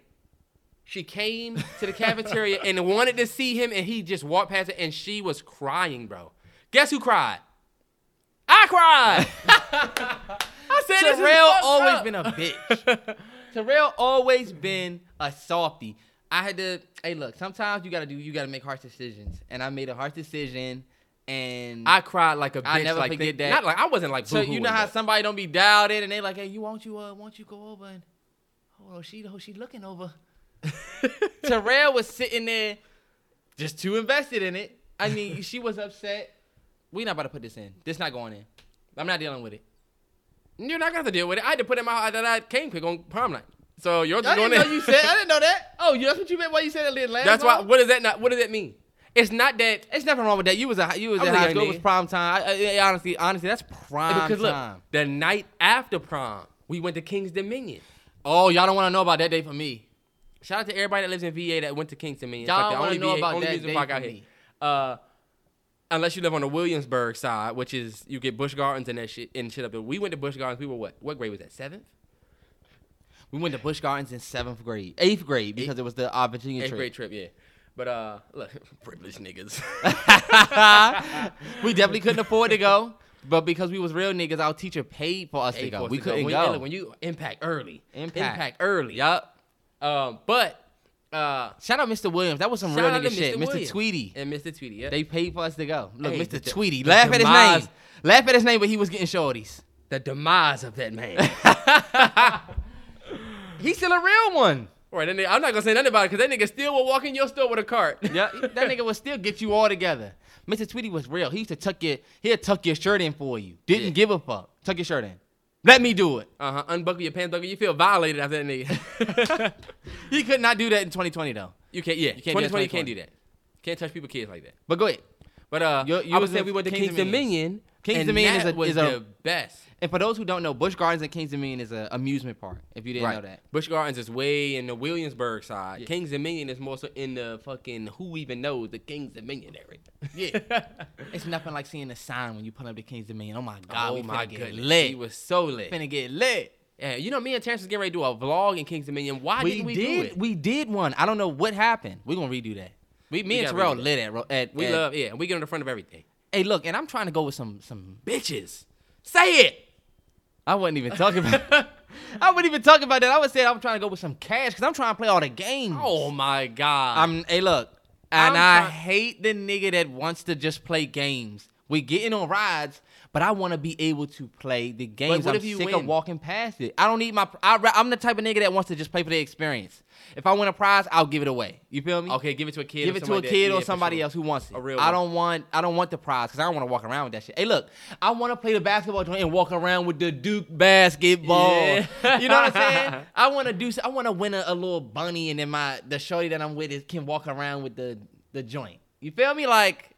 she came to the cafeteria and wanted to see him, and he just walked past it, and she was crying, bro. Guess who cried? I cried. I said, this is Terrell fucked always up. been a bitch. Terrell always been a softy. I had to. Hey, look. Sometimes you gotta do. You gotta make harsh decisions, and I made a harsh decision. And I cried like a bitch. I never like forget thi- that. Not like I wasn't like. so you boo-hooing, know how but- somebody don't be dialed in, and they like, hey, you want you uh, want you go over and hold on, she oh, she looking over. Terrell was sitting there, just too invested in it. I mean, she was upset. We not about to put this in. This not going in. I'm not dealing with it. You're not gonna have to deal with it. I had to put in my heart that I came quick on prom night. So you're just I going didn't know in. you said. I didn't know that. Oh, you- that's what you meant. Why you said it last? That's why. month? What does that not? What does that mean? It's not that It's nothing wrong with that. You was a you was I in was uh, a high young school. It was nigga. prime time. I, I, honestly, honestly, that's prime because look, time. the night after prom, we went to King's Dominion. Oh, y'all don't want to know about that day for me. Shout out to everybody that lives in VA that went to King's Dominion. Y'all It's like the wanna only know VA, about only that music day park for out here. me. Uh, unless you live on the Williamsburg side, which is you get Bush Gardens and that shit and shit up. there. We went to Bush Gardens. We were what? What grade was that? Seventh. We went to Busch Gardens in seventh grade, eighth grade because it was the uh, Virginia Eighth trip. grade trip. Yeah. But uh, look, privileged niggas. we definitely couldn't afford to go, but because we was real niggas, our teacher paid for us to Eight go. force We to couldn't When, go. look, when you impact early, Impact. impact, early. Yup. Um, but Uh, shout out Mr. Williams. That was some real Shout out nigga to shit. Mr. Williams. Tweety. And Mr. Tweety. Yep. They paid for us to go. Look, Hey, Mr. the- Tweety. the laugh at his demise. name. Laugh at his name, but he was getting shorties. the demise of that man. He's still a real one. right, that nigga, I'm not gonna say nothing about it because that nigga still will walk in your store with a cart. Yeah, that nigga would still get you all together. Mr. Tweety was real. He used to tuck your, he'll tuck your shirt in for you. Didn't Yeah. give a fuck. Tuck your shirt in. Let me do it. Uh huh. Unbuckle your pants, buckle. You feel violated after that nigga. He could not do that in 2020 though. you can't. Yeah. You can't do that 2020. You can't 2020. do that. Can't touch people kids like that. But go ahead. But uh, You- you I was would say with we went to Kings King's, Dominion. Kings and Dominion is that a- was is a- the best. And for those who don't know, Busch Gardens and Kings Dominion is an amusement park. If you didn't Right. know that, Bush Gardens is way in the Williamsburg side. Kings Dominion is more so in the fucking who even knows the Kings Oh, Dominion area. Yeah. it's nothing like seeing a sign when you pull up to Kings Dominion. Oh my god, oh we my finna get goodness. lit. He was so lit. finna get lit. Yeah, you know, me and Terrence was getting ready to do a vlog in Kings Dominion. Why we didn't we did. do it? We did one. I don't know what happened. We're gonna redo that. We, me We and gotta Terrell redo that. lit at, ro- at We at- love, yeah, and we get on the front of everything. Hey, look, and I'm trying to go with some some. Bitches. Say it. I wasn't even talking about. I wouldn't even talk about that. I would say I'm trying to go with some cash because I'm trying to play all the games. Oh my God. I'm. Hey, look, and i I'm try- hate the nigga that wants to just play games. We getting on rides, but I want to be able to play the games. what I'm if you sick of win? walking past it. I don't need my. I, ra- I'm the type of nigga that wants to just play for the experience. If I win a prize, I'll give it away. You feel me? okay, give it to a kid. Give or it to a somebody that- kid yeah, or for somebody sure. else who wants it. A real I one. don't want I don't want the prize because I don't want to walk around with that shit. Hey, look, I want to play the basketball joint and walk around with the Duke basketball. Yeah. you know what I'm saying? I want to do. s- I want to win a, a little bunny and then my the shorty that I'm with is, can walk around with the the joint. You feel me? Like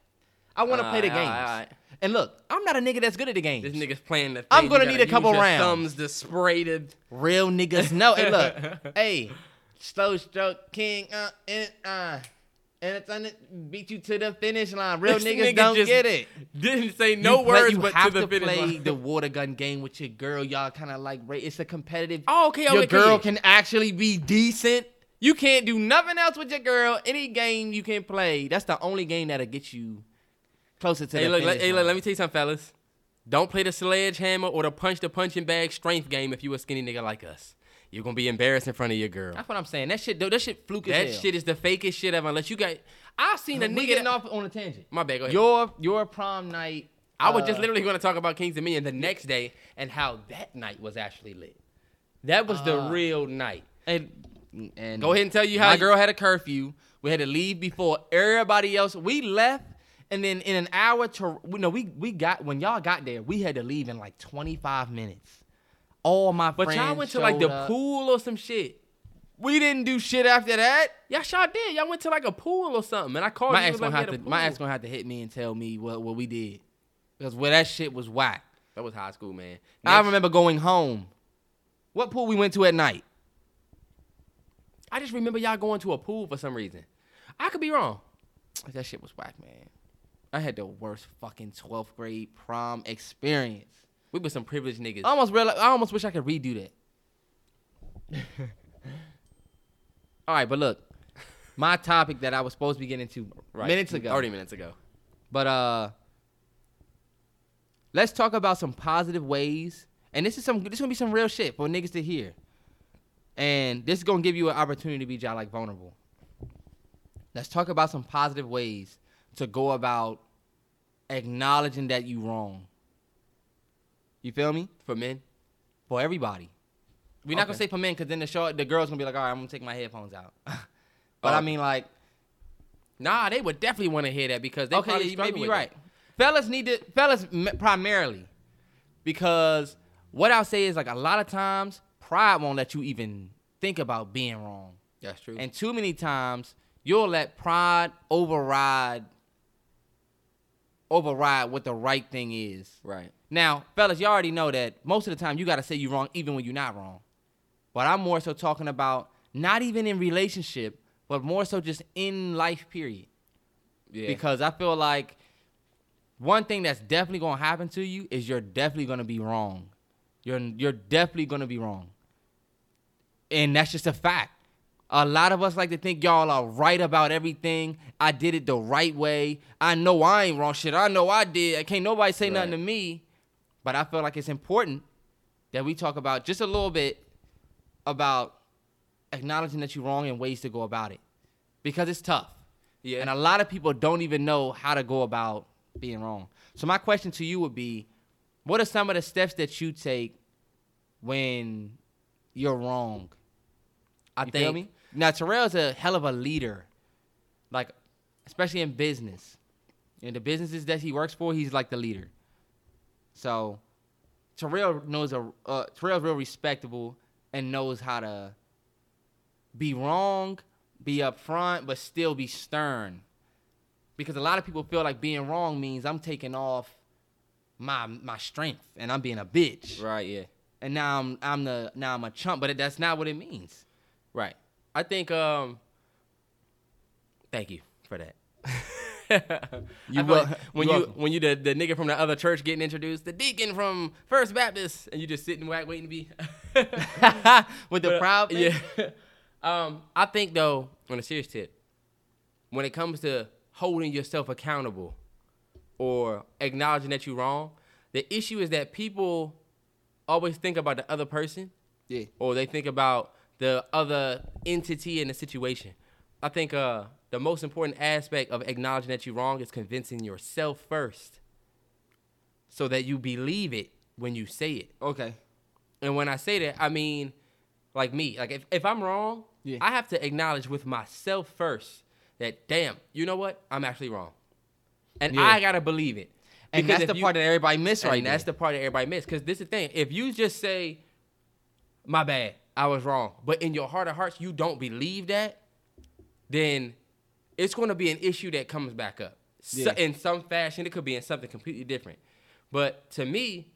I want to play the Alright, games. alright, alright. And look, I'm not a nigga that's good at the games. This nigga's playing the. I'm thing. gonna You need gotta a couple use your rounds. Thumbs to spray the. Real niggas know. Hey, look. hey, slow stroke king. Uh, and uh, and it's on it. Beat you to the finish line. Real This nigga nigga don't just- get it. Didn't say no You play- words, you but to have the finish play line. the water gun game with your girl. Y'all kind of like ra- it's a competitive. Oh, okay, your okay, girl yeah. can actually be decent. You can't do nothing else with your girl. Any game you can play, that's the only game that'll get you closer to Hey, the look, finish let, hey, line. look, let me tell you something, fellas. Don't play the sledgehammer or the punch the punching bag strength game if you a skinny nigga like us. You're gonna be embarrassed in front of your girl. That's what I'm saying. That shit, though, that shit fluke That as hell. shit is the fakest shit ever. Unless you got, I've seen a We nigga. getting That, off on a tangent. my bad. Go ahead. Your your prom night. I was just uh, literally gonna talk about Kings Dominion the next day and how that night was actually lit. That was the real night. And, and Go ahead and tell you how Uh, mm. my you- girl had a curfew. We had to leave before everybody else. We left, and then in an hour to no, we we got when y'all got there, we had to leave in like twenty five minutes. All my But friends y'all went to like showed the up. pool or some shit. We didn't do shit after that. Y'all y'all did. Y'all went to like a pool or something. And I called My you. ex was like, gonna we have at a to my pool. ex gonna have to hit me and tell me what what we did because where that shit was whack. That was high school, man. I Next- remember going home. What pool we went to at night? I just remember y'all going to a pool for some reason. I could be wrong. That shit was whack, man. I had the worst fucking 12th grade prom experience. We were some privileged niggas. I almost reali I almost wish I could redo that. All right, but look, my topic that I was supposed to be getting into minutes ago. Thirty minutes ago. But uh, let's talk about some positive ways, and this is some this is gonna be some real shit for niggas to hear, and this is gonna give you an opportunity to be jolly like vulnerable. Let's talk about some positive ways to go about acknowledging that you wrong. You feel me? For men. For everybody. We're not gonna Okay. say for men, cause then the show, the girl's gonna be like, all right, I'm gonna take my headphones out. but I Oh. mean, like, Nah, they would definitely want to hear that because they okay, probably yeah, you may struggle be with right. it. Fellas need to fellas m- primarily because what I'll say is like a lot of times pride won't let you even think about being wrong, That's true. and too many times you'll let pride override override what the right thing is. right. Now, fellas, you already know that most of the time you gotta say you're wrong even when you're not wrong. But I'm more so talking about not even in relationship, but more so just in life period Yeah. because I feel like one thing that's definitely gonna happen to you is you're definitely gonna be wrong. You're you're definitely gonna be wrong, and that's just a fact. A lot of us like to think y'all are right about everything. I did it the right way. I know I ain't wrong. Shit, I know I did. Can't nobody say nothing to Right. me. But I feel like it's important that we talk about just a little bit about acknowledging that you're wrong and ways to go about it because it's tough. Yeah. And a lot of people don't even know how to go about being wrong. So my question to you would be, what are some of the steps that you take when you're wrong? I You think feel me? now Terrell's a hell of a leader, like especially in business. In the businesses that he works for, he's like the leader. So Terrell knows a uh, Terrell's real respectable and knows how to be wrong, be upfront, but still be stern. Because a lot of people feel like being wrong means I'm taking off my my strength and I'm being a bitch. Right. Yeah. And now I'm I'm the now I'm a chump, but that's not what it means. Right. I think. um Thank you for that. you wel- when you you welcome. when you the, the nigga from the other church getting introduced, the deacon from First Baptist, and you just sitting back waiting to be With the proud thing? uh, Yeah. um, I think though, on a serious tip, when it comes to holding yourself accountable or acknowledging that you're wrong, the issue is that people always think about the other person Yeah. or they think about the other entity in the situation. I think uh, the most important aspect of acknowledging that you're wrong is convincing yourself first so that you believe it when you say it. Okay. And when I say that, I mean like me. Like if, if I'm wrong, Yeah. I have to acknowledge with myself first that damn, you know what? I'm actually wrong. And Yeah. I gotta believe it. And Because if that's the you- part that everybody missed right and that's the part that everybody missed. Because this is the thing: if you just say, "My bad, I was wrong," but in your heart of hearts you don't believe that, then it's going to be an issue that comes back up So- Yeah. in some fashion. It could be in something completely different. But to me,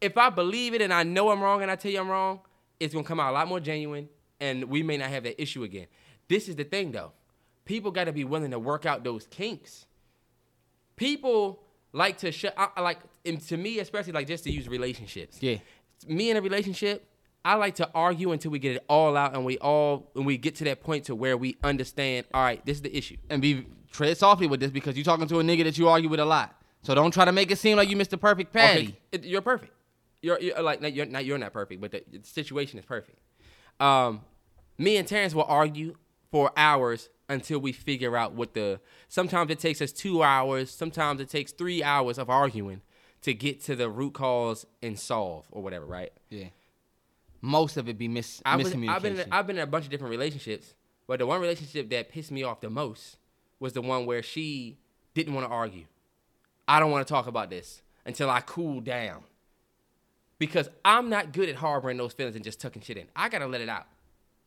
if I believe it and I know I'm wrong and I tell you I'm wrong, it's gonna come out a lot more genuine, and we may not have that issue again. This is the thing though, people got to be willing to work out those kinks. People like to shut. I, I like and to me, especially like just to use relationships. Yeah. me in a relationship, I like to argue until we get it all out, and we all and we get to that point to where we understand. All right, this is the issue. and be tread softly with this because you're talking to a nigga that you argue with a lot. So don't try to make it seem like you missed the perfect patty. Okay, it- you're perfect. You're, you're like not you're not you're not perfect, but the, the situation is perfect. Um, me and Terrence will argue for hours until we figure out what the. Sometimes it takes us two hours. Sometimes it takes three hours of arguing to get to the root cause and solve or whatever. Right. Yeah. Most of it be mis- I was, miscommunication. I've been in, I've been in a bunch of different relationships, but the one relationship that pissed me off the most was the one where she didn't want to argue. I don't want to talk about this until I cool down. Because I'm not good at harboring those feelings and just tucking shit in. I gotta let it out.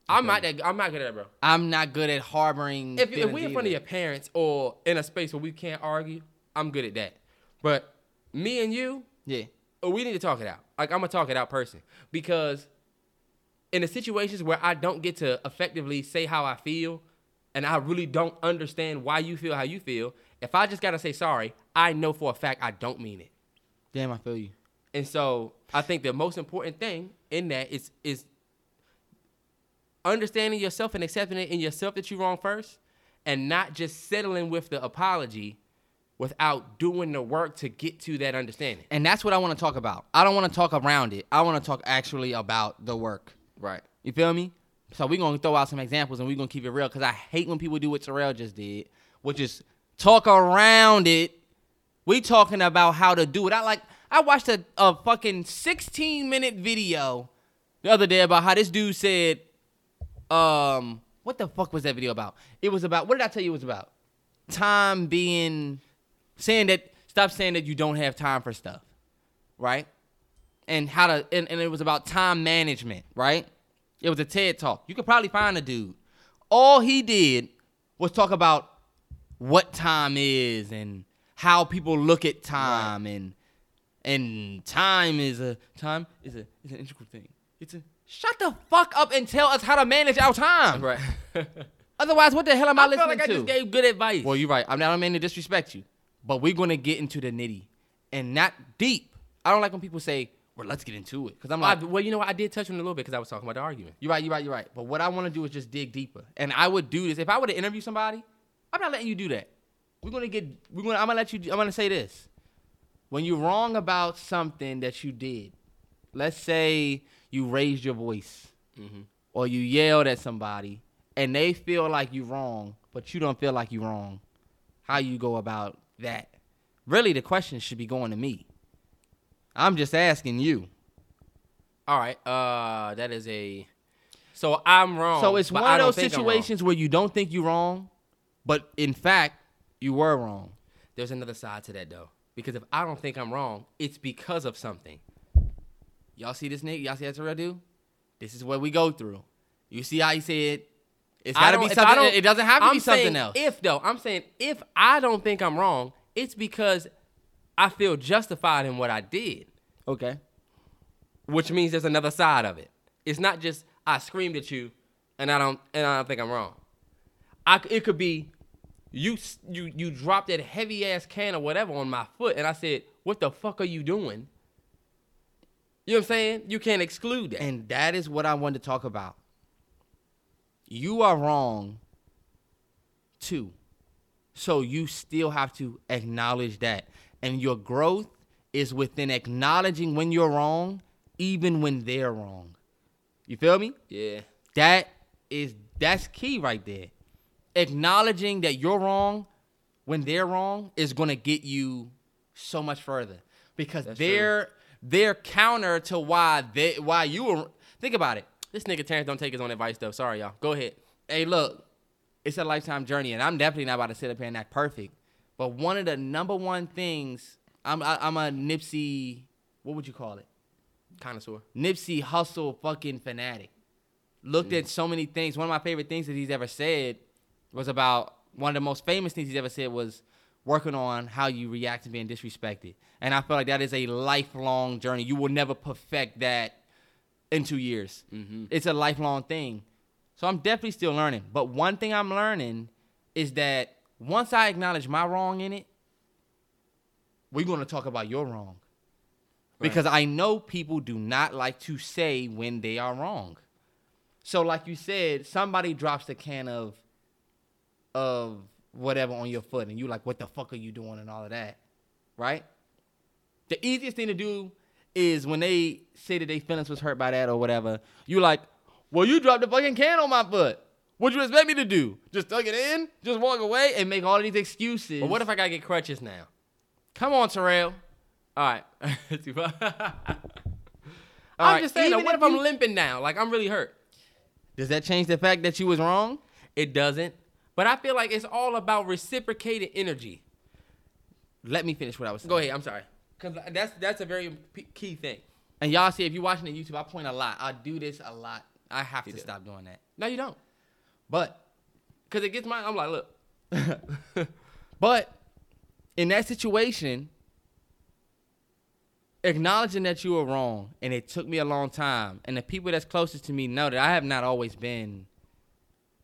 I'm not that. I'm not good at that, bro. I'm not good at harboring. If, if we in feelings front of either. your parents or in a space where we can't argue, I'm good at that. But me and you, yeah, Oh, we need to talk it out. Like I'm a talk it out person because in the situations where I don't get to effectively say how I feel and I really don't understand why you feel how you feel, if I just gotta say sorry, I know for a fact I don't mean it. damn, I feel you. And so I think the most important thing in that is is understanding yourself and accepting it in yourself that you're wrong first, and not just settling with the apology without doing the work to get to that understanding. And that's what I want to talk about. I don't want to talk around it. I want to talk actually about the work. Right. You feel me? So we're gonna throw out some examples and we're gonna keep it real because I hate when people do what Terrell just did, which is talk around it. We talking about how to do it. I like I watched a, a fucking 16 minute video the other day about how this dude said, um, what the fuck was that video about? It was about what did I tell you it was about? Time being saying that stop saying that you don't have time for stuff. Right? and how to and, and it was about time management, right? It was a TED talk. You could probably find a dude. All he did was talk about what time is and how people look at time and and time is a time is a is an integral thing. It's a shut the fuck up and tell us how to manage our time. Right. Otherwise, what the hell am I, I feel listening like I to? just gave good advice. Well, you're right. I'm not meaning to disrespect you, but we're gonna get into the nitty and not deep. I don't like when people say, "Well, let's get into it," because I'm I, like, well, you know what? I did touch on it a little bit because I was talking about the argument. "You're right, you're right, you're right." But what I want to do is just dig deeper, and I would do this if I were to interview somebody. I'm not letting you do that. We're gonna get. We're gonna. I'm gonna let you. I'm gonna say this. When you're wrong about Mm-hmm. something that you did, let's say you raised your voice, or you yelled at somebody and they feel like you wrong, but you don't feel like you wrong, how you go about that? Really, the question should be going to me. I'm just asking you. All right. Uh, that is a. So I'm wrong. So it's but one I of don't those think I'm wrong. situations where you don't think you're wrong, but in fact you were wrong. There's another side to that though, because if I don't think I'm wrong, it's because of something. Y'all see this nigga? Y'all see that Terrell do? This is what we go through. You see how he said it's I got to don't- be if I something. don't- It doesn't have to I'm be something saying else. If though, I'm saying if I don't think I'm wrong, it's because I feel justified in what I did, okay. which means there's another side of it. It's not just I screamed at you, and I don't and I don't think I'm wrong. I c- it could be you s- you you dropped that heavy ass can or whatever on my foot, and I said, "What the fuck are you doing?" You know what I'm saying? You can't exclude that. And that is what I wanted to talk about. You are wrong too. So you still have to acknowledge that. And your growth is within acknowledging when you're wrong, even when they're wrong. You feel me? yeah. That is that's key right there. Acknowledging that you're wrong when they're wrong is gonna get you so much further because their their counter to why they why you were think about it. This nigga Terrence don't take his own advice though. Sorry y'all. Go ahead. Hey, look, it's a lifetime journey, and I'm definitely not about to sit up here and act perfect. But one of the number one things I'm I, I'm a Nipsey, what would you call it? Connoisseur. Nipsey Hustle fucking fanatic. Looked at so many things. One of my favorite things that he's ever said was about one of the most famous things he's ever said was working on how you react to being disrespected. And I feel like that is a lifelong journey. You will never perfect that in two years. It's a lifelong thing. So I'm definitely still learning. But one thing I'm learning is that once I acknowledge my wrong in it, we're going to talk about your wrong because I know people do not like to say when they are wrong. So, like you said, somebody drops a can of of whatever on your foot, and you like, "What the fuck are you doing?" and all of that, right? The easiest thing to do is when they say that they feelings was hurt by that or whatever, you like, "Well, you dropped the fucking can on my foot. What you expect me to do? Just tuck it in? Just walk away and make all these excuses?" But what if I gotta get crutches now? Come on, Terrell. All right. Too far. I'm I'm just saying, though, what if, I'm you- limping now? Like I'm really hurt. Does that change the fact that you was wrong? It doesn't. But I feel like it's all about reciprocated energy. Let me finish what I was saying. Go ahead. I'm sorry. Cause that's that's a very p- key thing. And y'all see, if you're watching the YouTube, I point a lot. I do this a lot. I have to stop doing that. No, you don't. But, Cause it gets my. I'm like, look. but, in that situation, acknowledging that you were wrong, and it took me a long time, and the people that's closest to me know that I have not always been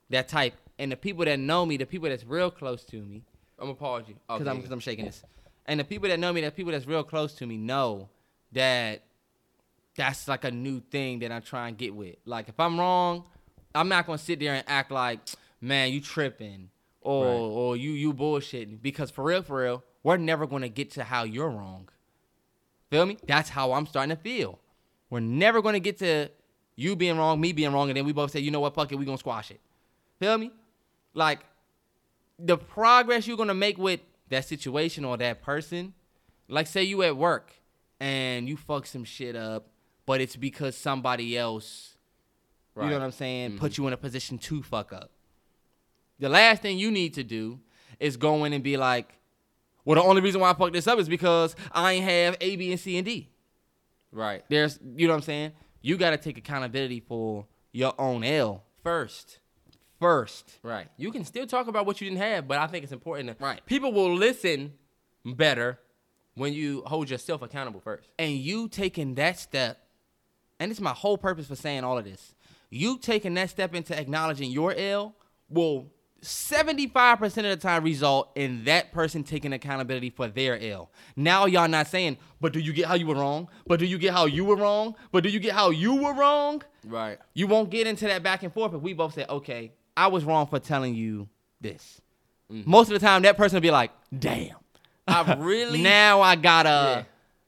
that type. And the people that know me, the people that's real close to me, I'm gonna pause you. because I'm, 'cause I'm shaking this. And the people that know me, the people that's real close to me, know that that's like a new thing that I'm trying to get with. Like if I'm wrong, I'm not gonna sit there and act like, man, you tripping or Right. or you you bullshitting. Because for real, for real, we're never gonna get to how you're wrong. Feel me? That's how I'm starting to feel. We're never gonna get to you being wrong, me being wrong, and then we both say, you know what, fuck it, we gonna squash it. Feel me? Like the progress you're gonna make with that situation or that person, like say you at work and you fuck some shit up, but it's because somebody else, you know what I'm saying, put you in a position to fuck up. The last thing you need to do is go in and be like, well, the only reason why I fucked this up is because I ain't have A, B, and C, and D. Right. There's, you know what I'm saying? You gotta take accountability for your own L First. first. Right. You can still talk about what you didn't have, but I think it's important. To, Right. People will listen better when you hold yourself accountable first. and you taking that step, and it's my whole purpose for saying all of this. You taking that step into acknowledging your ill will 75% of the time result in that person taking accountability for their ill. Now y'all not saying, but do you get how you were wrong? But do you get how you were wrong? But do you get how you were wrong? Right. You won't get into that back and forth if we both say, okay, I was wrong for telling you this. Mm-hmm. Most of the time, that person will be like, damn. I really. Now I gotta Yeah.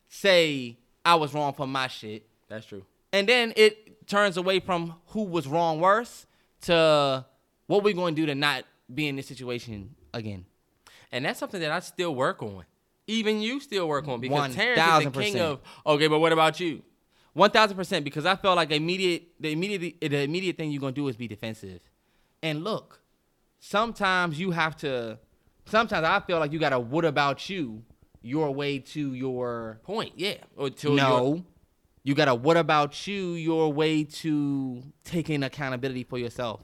say I was wrong for my shit. That's true. And then it turns away from who was wrong worse to what we're going to do to not be in this situation again. And that's something that I still work on. Even you still work on because Terrence is the king 1000%. of okay, but what about you? One thousand percent, because I felt like immediate the immediate the immediate thing you're gonna do is be defensive. And look, sometimes you have to. Sometimes I feel like you gotta what about you your way to your Point, yeah. Or till no. You gotta what about you your way to taking accountability for yourself.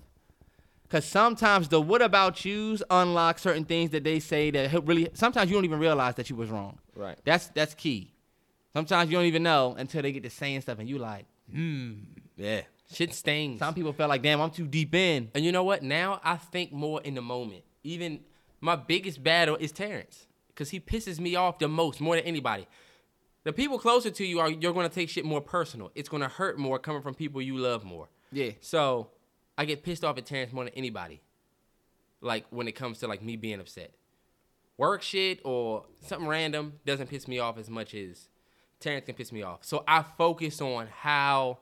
Cause sometimes the what about yous unlock certain things that they say that he- really sometimes you don't even realize that you was wrong. Right. That's that's key. Sometimes you don't even know until they get to saying stuff and you like you're- yeah. Shit stings. some people felt like damn I'm too deep in. And you know what? Now I think more in the moment. Even my biggest battle is Terrence because he pisses me off the most, more than anybody. The people closer to you are you're gonna take shit more personal. It's gonna hurt more coming from people you love more. Yeah. So I get pissed off at Terrence more than anybody. Like when it comes to like me being upset, work shit or something random doesn't piss me off as much as Terrence can piss me off. So I focus on how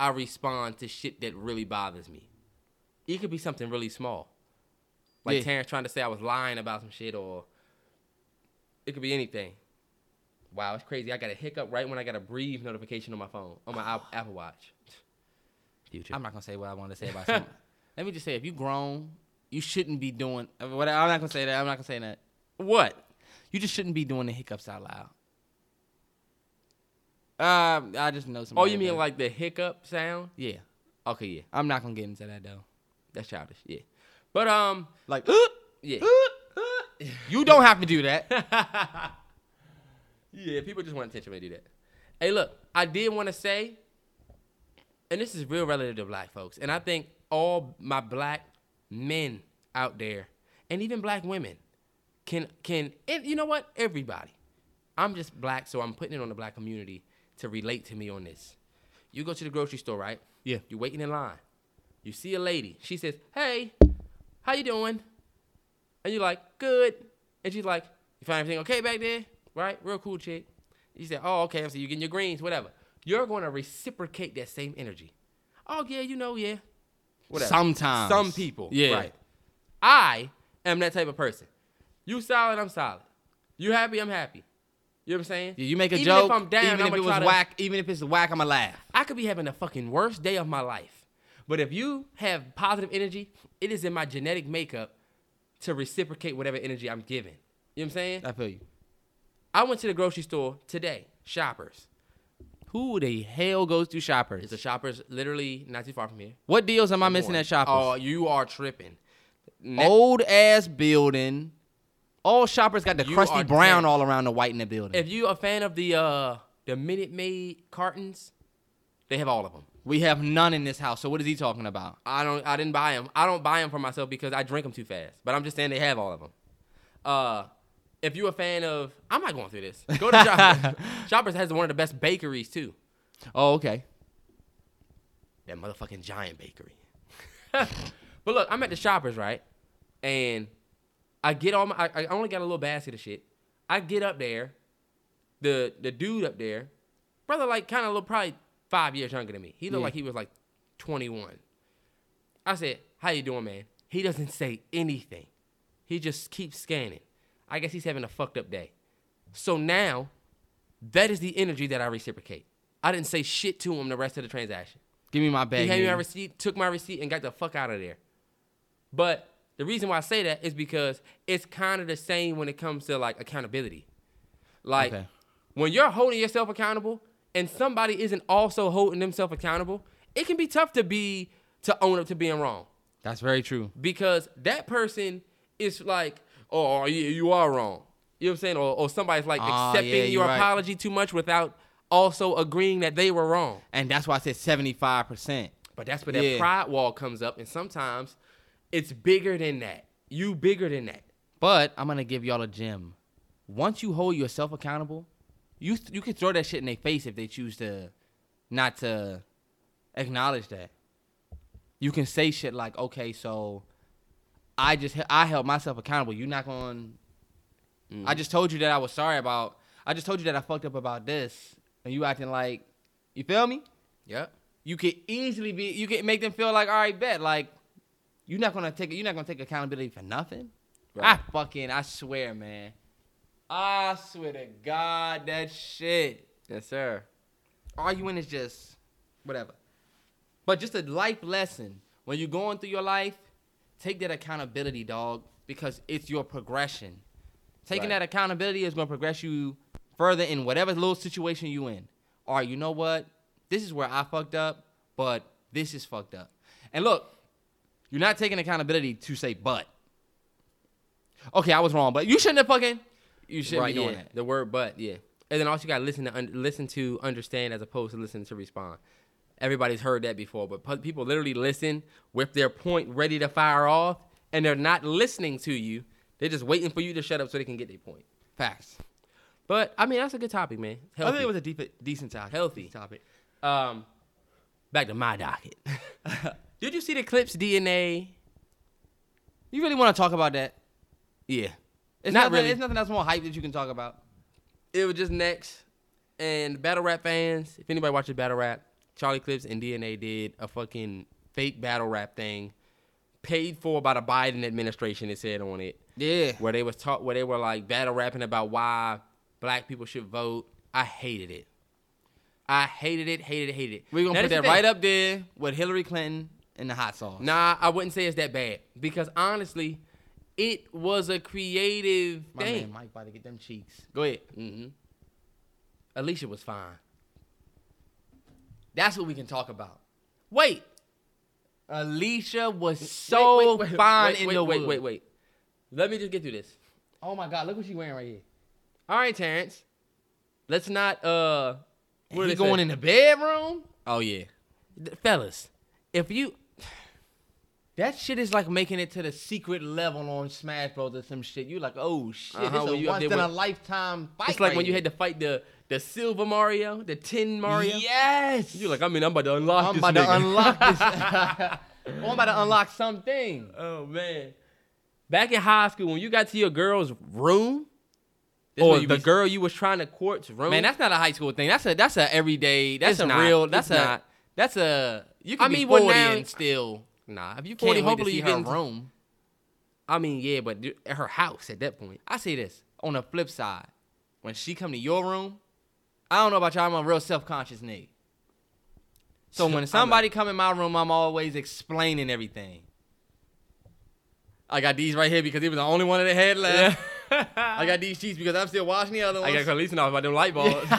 I respond to shit that really bothers me it could be something really small. Like Yeah. Terrence trying to say I was lying about some shit, or it could be anything. Wow, it's crazy. I got a hiccup right when I got a breathe notification on my phone, on my Apple- Apple Watch. I'm not gonna say what I wanted to say about something. Let me just say if you grown, you shouldn't be doing uh, what I'm not gonna say that. I'm not gonna say that. What? You just shouldn't be doing the hiccups out loud. Um, I just know some. Oh, you mean like the hiccup sound? uh, Yeah. Okay, yeah, I'm not gonna get into that though. that's childish. Yeah, but um, Like, yeah, you don't have to do that. yeah. People just want attention when they do that. Hey, look, I did want to say, and this is real relative to black folks, and I think all my black men out there, and even black women, can can and you know what? Everybody. I'm just black, so I'm putting it on the black community to relate to me on this. You go to the grocery store, right? Yeah. You're waiting in line. You see a lady. She says, "Hey, how you doing?" And you're like, "Good." And she's like, "You find everything okay back there?" Right? Real cool chick. You say, "Oh, okay." So you're getting your greens, whatever. You're going to reciprocate that same energy. Oh yeah, you know, yeah. Whatever. Sometimes. Some people. Yeah. Right. I am that type of person. You solid, I'm solid. You happy, I'm happy. You know what I'm saying? Yeah, you make a even joke. If I'm down, even I'm if it was try to, whack, even if it's whack, I'ma laugh. I could be having the fucking worst day of my life. But if you have positive energy, it is in my genetic makeup to reciprocate whatever energy I'm giving. You know what I'm saying? I feel you. I went to the grocery store today, Shoppers. Who the hell goes to Shoppers? It's a Shoppers literally not too far from here. what deals am I missing One. at Shoppers? Oh, you are tripping. Ne- old ass building. All shoppers got the You crusty are brown ten. all around the white in the building. If you a fan of the uh the Minute Maid cartons, they have all of them. we have none in this house, so what is he talking about? I don't. I didn't buy them. I don't buy them for myself because I drink them too fast. But I'm just saying they have all of them. Uh, if you're a fan of, I'm not going through this. Go to Shoppers. Shoppers has one of the best bakeries too. Oh, okay. That motherfucking giant bakery. but look, I'm at the Shoppers right, and I get all my. I, I only got a little basket of shit. I get up there. The the dude up there, brother, like kind of look probably five years younger than me. He looked Yeah. like he was like 21. I said, "How you doing, man?" He doesn't say anything. He just keeps scanning. I guess he's having a fucked up day. So now, that is the energy that I reciprocate. I didn't say shit to him the rest of the transaction. Give me my bag. He gave me my nigga. receipt, took my receipt, and got the fuck out of there. But the reason why I say that is because it's kind of the same when it comes to like accountability. Like Okay. when you're holding yourself accountable and somebody isn't also holding themselves accountable, it can be tough to be to own up to being wrong That's very true. because that person is like, oh, you, you are wrong. You know what I'm saying? Or, or somebody's like Ah, accepting yeah, you're your right. apology too much without also agreeing that they were wrong. And that's why I said 75%. But that's where that Yeah. pride wall comes up, and sometimes it's bigger than that. You bigger than that. But I'm going to give y'all a gem. Once you hold yourself accountable, you you can throw that shit in their face if they choose to not to acknowledge that. You can say shit like, "Okay, so I just he- I held myself accountable. You're not going to I just told you that I was sorry about I just told you that I fucked up about this and you acting like you feel me? Yep. you could easily be you could make them feel like all right bet like you're not gonna take you're not gonna take accountability for nothing Right. i fucking i swear man i swear to god that shit Yes, sir. arguing is just whatever but just a life lesson when you're going through your life take that accountability dog because it's your progression taking Right. that accountability is going to progress you further in whatever little situation you in all right you know what this is where i fucked up but this is fucked up and look you're not taking accountability to say but okay i was wrong but you shouldn't have fucking you shouldn't right, be doing yeah. that The word but, yeah. And then also you got to listen to un- listen to understand as opposed to listen to respond. Everybody's heard that before, but pu- people literally listen with their point ready to fire off, and they're not listening to you. They're just waiting for you to shut up so they can get their point. facts But I mean, that's a good topic, man. I Healthy. think it was a deep, decent topic. Healthy. topic. Um, Back to my docket. Did you see the Clips DNA? you really want to talk about that? Yeah. It's Not nothing, really. It's nothing that's more hype that you can talk about. It was just next. And battle rap fans, if anybody watches battle rap, Charlie Clips and DNA did a fucking fake battle rap thing, paid for by the Biden administration. It said on it. Yeah. Where they was taught, where they were like battle rapping about why black people should vote. I hated it. I hated it. Hated it. Hated it. We're gonna Now, put this that the right thing. up there with Hillary Clinton and the hot sauce. Nah, I wouldn't say it's that bad because honestly, it was a creative my thing. man Mike about to get them cheeks. Go ahead. hmm Alicia was fine. That's what we can talk about. Wait. Alicia was so Wait, wait, wait, fine wait, in wait, the wait, wood. wait, wait. Let me just get through this. Oh my God! Look what she wearing right here. All right, Terrence. Let's not uh. What do he they say? going in the bedroom? Oh yeah, Th- fellas. If you That shit is like making it to the secret level on Smash Bros or some shit. You like, oh shit, Uh-huh, this when is you a up once there in a with- lifetime fight. it's like right when you here. had to fight the the silver Mario, the tin Mario. Yes. You're like, I mean, I'm about to unlock I'm this. about to nigga. unlock this. I'm about to unlock something. Oh man. Back in high school, when you got to your girl's room, is or when you the be- girl you was trying to court's room, Man, that's not a high school thing. That's a that's a everyday. That's It's a not. real. That's It's a not. that's a. You can I be mean, well, 40 now- and still nah. If you can't forty, wait hopefully to see you her didn't. room. I mean, yeah, but dude, at her house at that point. I say this on the flip side. When she come to your room, I don't know about y'all. I'm a real self conscious nigga. So I'm when a- somebody come in my room, I'm always explaining everything. I got these right here because it was the only one that had left. I got these sheets because I'm still washing the other ones. I got Khaleesi off about them light bulbs.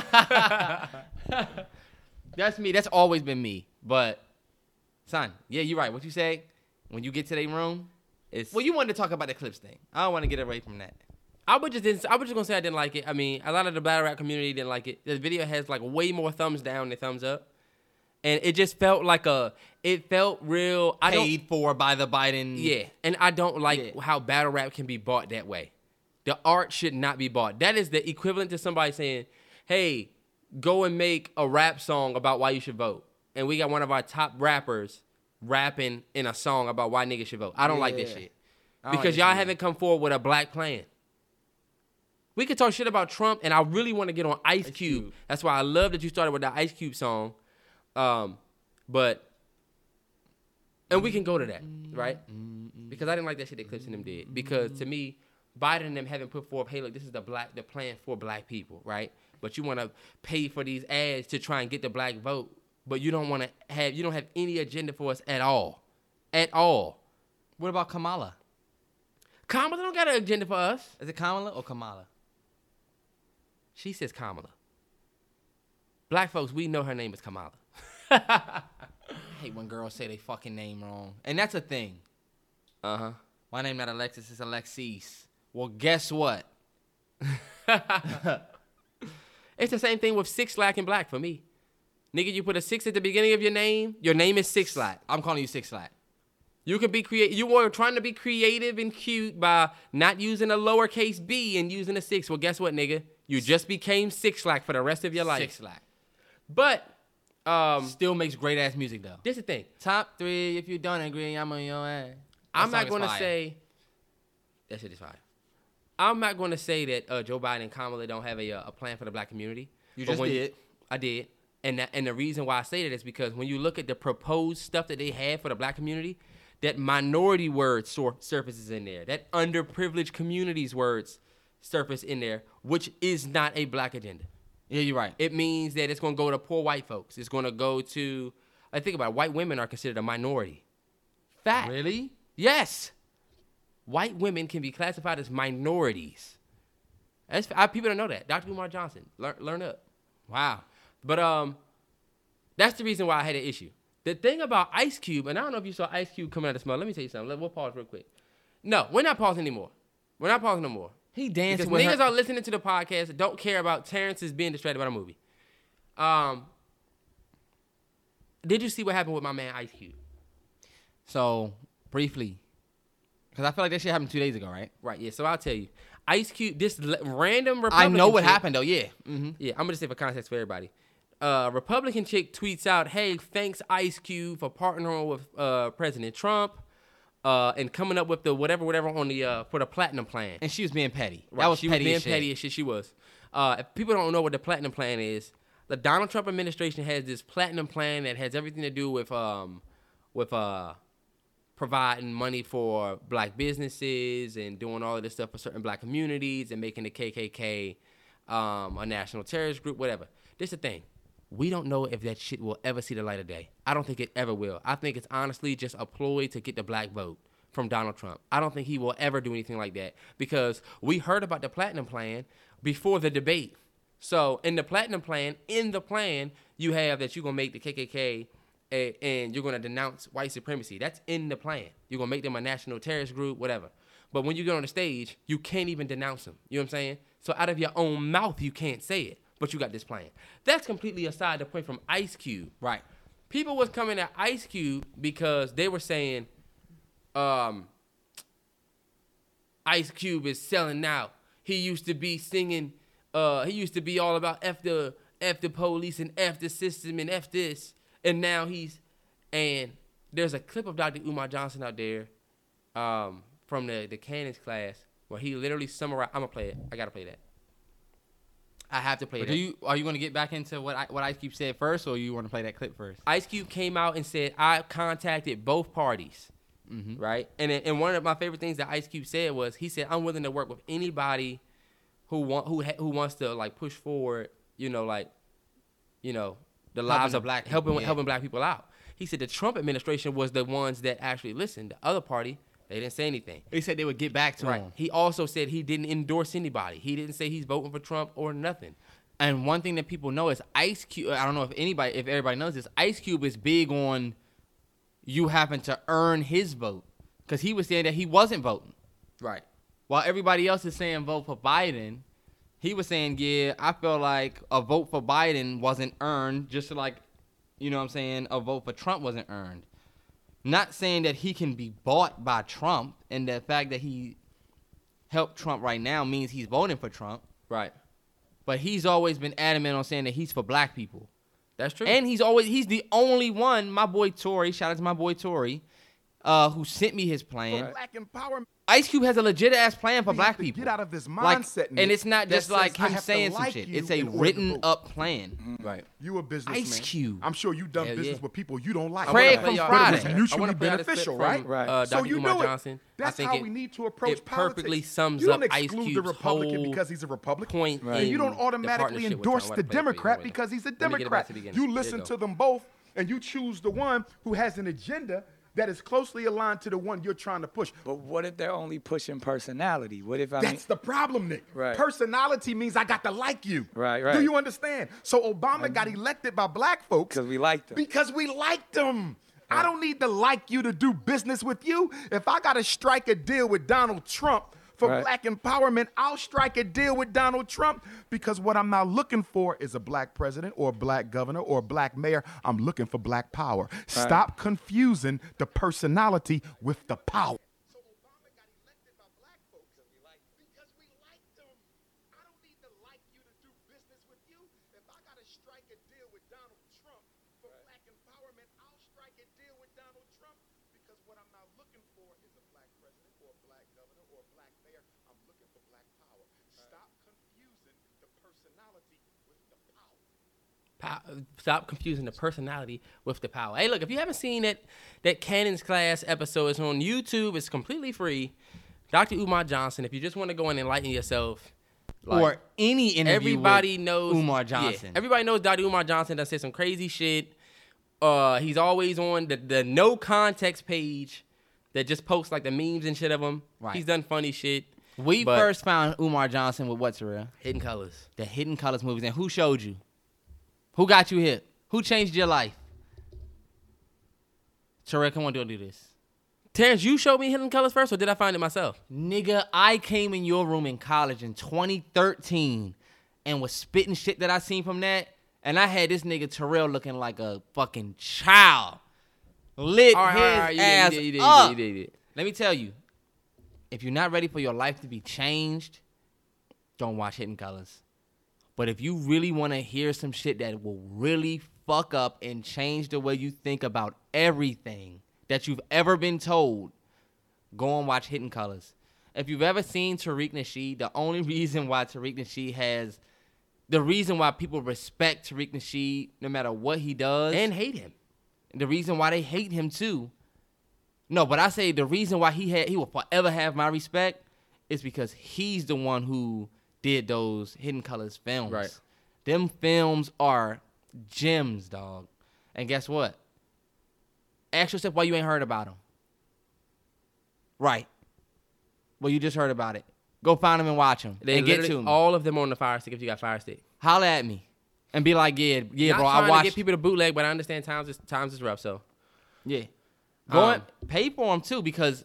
That's me. That's always been me. But son, yeah, you're right. What you say when you get to their room? It's- Well, you wanted to talk about the clips thing. I don't want to get away from that. I would just didn't, I was just gonna say I didn't like it. I mean, a lot of the battle rap community didn't like it. The video has like way more thumbs down than thumbs up, and it just felt like a it felt real. I don't Paid for by the Biden. yeah, and I don't like Mm. Yeah. how battle rap can be bought that way. The art should not be bought. That is the equivalent to somebody saying, "Hey, go and make a rap song about why you should vote." And we got one of our top rappers rapping in a song about why niggas should vote. I don't like this Yeah. shit I don't like because this y'all either. haven't come forward with a black plan. We could talk shit about Trump, and I really want to get on Ice, Cube. Cube. That's why I love that you started with the Ice Cube song. Um, but and we can go to that, right? Because I didn't like that shit that Clips and them did. Because to me, Biden and them haven't put forth, hey, look, this is the black the plan for black people, right? But you want to pay for these ads to try and get the black vote, but you don't want to have you don't have any agenda for us at all, at all. What about Kamala? Kamala don't got an agenda for us. Is it Kamala or Kamala? She says Kamala. Black folks, we know her name is Kamala. I hate when girls say they fucking name wrong, and that's a thing. Uh huh. My name not Alexis, it's Alexis. Well, guess what? It's the same thing with six lack and black for me. Nigga, you put a six at the beginning of your name, your name is six lack. I'm calling you Six Flat. You could be create. You were trying to be creative and cute by not using a lowercase b and using a six. Well, guess what, nigga? You just became six lack for the rest of your life. Six Flat. But um, Still makes great ass music though. this is the thing. Top three, if you don't agree, I'm on your ass. That I'm song not is gonna fire. say that shit is fire. I'm not gonna say that uh, Joe Biden and Kamala don't have a, uh, a plan for the black community. You But just when- did. I did. And that, and the reason why I say that is because when you look at the proposed stuff that they had for the black community, that minority word sur- surfaces in there, that underprivileged communities words surface in there, which is not a black agenda. Yeah, you're right. It means that it's going to go to poor white folks. It's going to go to, I think about it, white women are considered a minority. Fact. Really? Yes. White women can be classified as minorities. That's, I, people don't know that. Dr. Umar Johnson, learn, learn up. Wow. But um, that's the reason why I had an issue. The thing about Ice Cube, and I don't know if you saw Ice Cube coming out of smell. Let me tell you something. Let, we'll pause real quick. No, we're not pausing anymore. We're not pausing no more. He danced Because with niggas her. are listening to the podcast that don't care about Terrence's being distracted by the movie. Um, did you see what happened with my man Ice Cube? so briefly, because I feel like that shit happened two days ago, right? Right. Yeah. So I'll tell you. Ice Cube, this le- random I Republican. know what chick- happened though. Yeah. Mm-hmm. Yeah, I'm gonna say for context for everybody. Uh, Republican chick tweets out, "Hey, thanks Ice Cube for partnering with uh, President Trump uh, and coming up with the whatever, whatever on the uh, for the platinum plan." And she was being petty. Right, That was she petty. was being as shit. petty as shit. She was. Uh, if people don't know what the platinum plan is, the Donald Trump administration has this platinum plan that has everything to do with um, with uh, providing money for black businesses and doing all of this stuff for certain black communities and making the KKK um, a national terrorist group, whatever. This the thing. We don't know if that shit will ever see the light of day. I don't think it ever will. I think it's honestly just a ploy to get the black vote from Donald Trump. I don't think he will ever do anything like that because we heard about the platinum plan before the debate. So in the platinum plan, in the plan, you have that you're gonna make the KKK a, and you're gonna denounce white supremacy. That's in the plan. You're gonna make them a national terrorist group, whatever. But when you get on the stage, you can't even denounce them. You know what I'm saying? So out of your own mouth, you can't say it. But you got this plan. That's completely aside the point from Ice Cube. Right. People was coming at Ice Cube because they were saying, um, Ice Cube is selling out. He used to be singing, uh, he used to be all about F the, F the police and F the system and F this. And now he's, and there's a clip of Dr. Umar Johnson out there um, from the, the Cannons class where he literally summarized, I'm gonna play it. I gotta play that. I have to play But that. do you are you going to get back into what I, what Ice Cube said first, or you want to play that clip first? Ice Cube came out and said, I contacted both parties, Mm-hmm. right? And then- and one of my favorite things that Ice Cube said was, he said, I'm willing to work with anybody who want who ha- who wants to like push forward, you know, like, you know, the lives the of black black people, helping yeah. helping black people out. He said the Trump administration was the ones that actually listened. The other party, they didn't say anything. They said they would get back to Right. him. He also said he didn't endorse anybody. He didn't say he's voting for Trump or nothing. And one thing that people know is Ice Cube. I don't know if anybody, if everybody knows this, Ice Cube is big on you having to earn his vote because he was saying that he wasn't voting. Right. While everybody else is saying vote for Biden, he was saying, yeah, I feel like a vote for Biden wasn't earned, just like, you know what I'm saying, a vote for Trump wasn't earned. Not saying that he can be bought by Trump and the fact that he helped Trump right now means he's voting for Trump, Right. but he's always been adamant on saying that he's for black people. That's true. And he's always he's the only one, my boy Tory, shout out to my boy Tory, uh, who sent me his plan. Black empowerment. Ice Cube has a legit ass plan for We black have to people. get out of this Like, mindset, and Nick, it's not that just like says I him have to saying some like shit. you It's a in order to written vote. Mm-hmm. up plan. right. You a businessman. Ice Cube. I'm sure you done Hell business yeah. with people you don't like. Craig I from wanna play Friday. y'all- It's I wanna mutually play y'all this clip beneficial, from, right? Right. Uh, Uh, so Dr. you Umar know Johnson. it. I That's think how it- we need to approach it perfectly politics. sums you don't up Ice exclude the Cube's Republican whole because he's a Republican, point and you in don't the automatically partnership with endorse Trump. I wanna play it the for you. Democrat Wait a minute. because he's a Let me get it back to Democrat. the beginning. You There you listen go. to them both, and you choose the one who has an agenda that is closely aligned to the one you're trying to push. But what if they're only pushing personality? What if I mean, That's the problem, Nick. Right. Personality means I got to like you. Right, right. Do you understand? So Obama got elected by black folks 'Cause we liked 'em. Because we liked them. I don't need to like you to do business with you. If I got to strike a deal with Donald Trump for Right. black empowerment, I'll strike a deal with Donald Trump because what I'm not looking for is a black president or a black governor or a black mayor. I'm looking for black power. Stop confusing the personality with the power. Pow- Stop confusing the personality with the power. Hey, look, if you haven't seen that that Cannon's class episode, it's on YouTube. It's completely free. Dr. Umar Johnson. If you just want to go and enlighten yourself, like, or any interview. everybody with knows Umar yeah, Johnson. everybody knows Dr. Umar Johnson that said some crazy shit. Uh, he's always on the, the no context page that just posts like the memes and shit of him. Right. He's done funny shit. we but first found Umar Johnson with what's real? hidden colors. The Hidden Colors movies. And who showed you? Who got you hit? Who changed your life? Terrell, come on, don't do this. Terrence, you showed me hidden colors first, or did I find it myself? Nigga, I came in your room in college in 2013 and was spitting shit that I seen from that. And I had this nigga Terrell looking like a fucking child. Lit his you did, ass you did, you did, you up. did, you did, you did. Let me tell you, if you're not ready for your life to be changed, don't watch Hidden Colors. But if you really want to hear some shit that will really fuck up and change the way you think about everything that you've ever been told, go and watch Hidden Colors. If you've ever seen Tariq Nasheed, the only reason why Tariq Nasheed has the reason why people respect Tariq Nasheed no matter what he does And hate him. the reason why they hate him too. No, but I say the reason why he had he will forever have my respect is because he's the one who did those Hidden Colors films. Right. Them films are gems, dog. And guess what? Ask yourself why you ain't heard about them. Right. Well, you just heard about it. Go find them and watch them They and get literally- to 'em. all of them on the fire stick if you got fire stick. Holla at me and be like, yeah, yeah, Not bro. trying I to watched. get people to bootleg, but I understand times is times is rough. So yeah. Go Um, and pay for them too because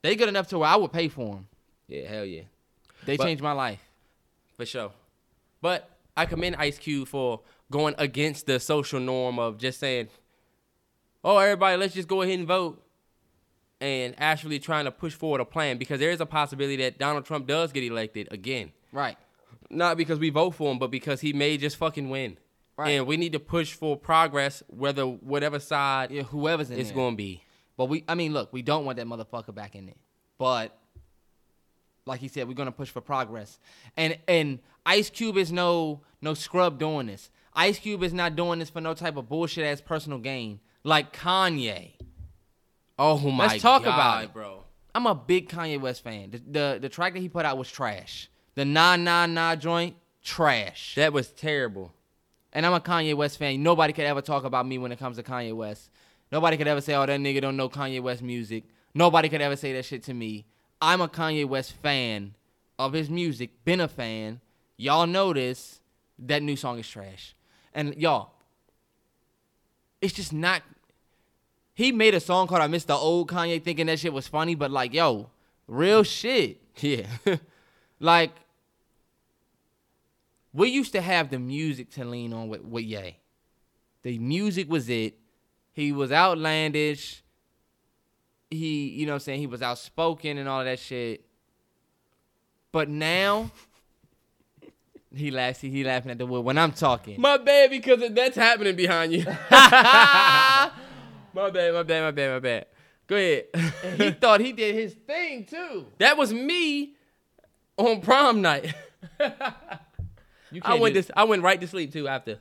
they good enough to where I would pay for them. yeah, hell yeah, They But- changed my life. for sure. But I commend Ice Cube for going against the social norm of just saying, "Oh, everybody, let's just go ahead and vote," and actually trying to push forward a plan because there is a possibility that Donald Trump does get elected again. Right. not because we vote for him, but because he may just fucking win. Right. And we need to push for progress, whether whatever side Yeah, whoever's in it's there. going to be. But we, I mean, look, we don't want that motherfucker back in it. But like he said, we're gonna push for progress. And and Ice Cube is no no scrub doing this. Ice Cube is not doing this for no type of bullshit ass personal gain like Kanye. Oh my Let's talk God, about it. bro. I'm a big Kanye West fan. The, the the track that he put out was trash. The nah nah nah joint trash. That was terrible. and I'm a Kanye West fan. Nobody could ever talk about me when it comes to Kanye West. Nobody could ever say, "Oh, that nigga don't know Kanye West music." Nobody could ever say that shit to me. I'm a Kanye West fan of his music. Been a fan. Y'all know this. That new song is trash. And y'all, it's just not. He made a song called "I Miss the Old Kanye," thinking that shit was funny, but like, yo, real shit. Yeah. Like, we used to have the music to lean on with, with Ye. The music was it. He was outlandish. He, you know what I'm saying? He was outspoken and all that shit. But now, he laughs. He laughing at the wood when I'm talking. my bad, because that's happening behind you. my bad, my bad, my bad, my bad. Go ahead. he thought he did his thing too. that was me on prom night. You I can't went do- to, I went right to sleep too after.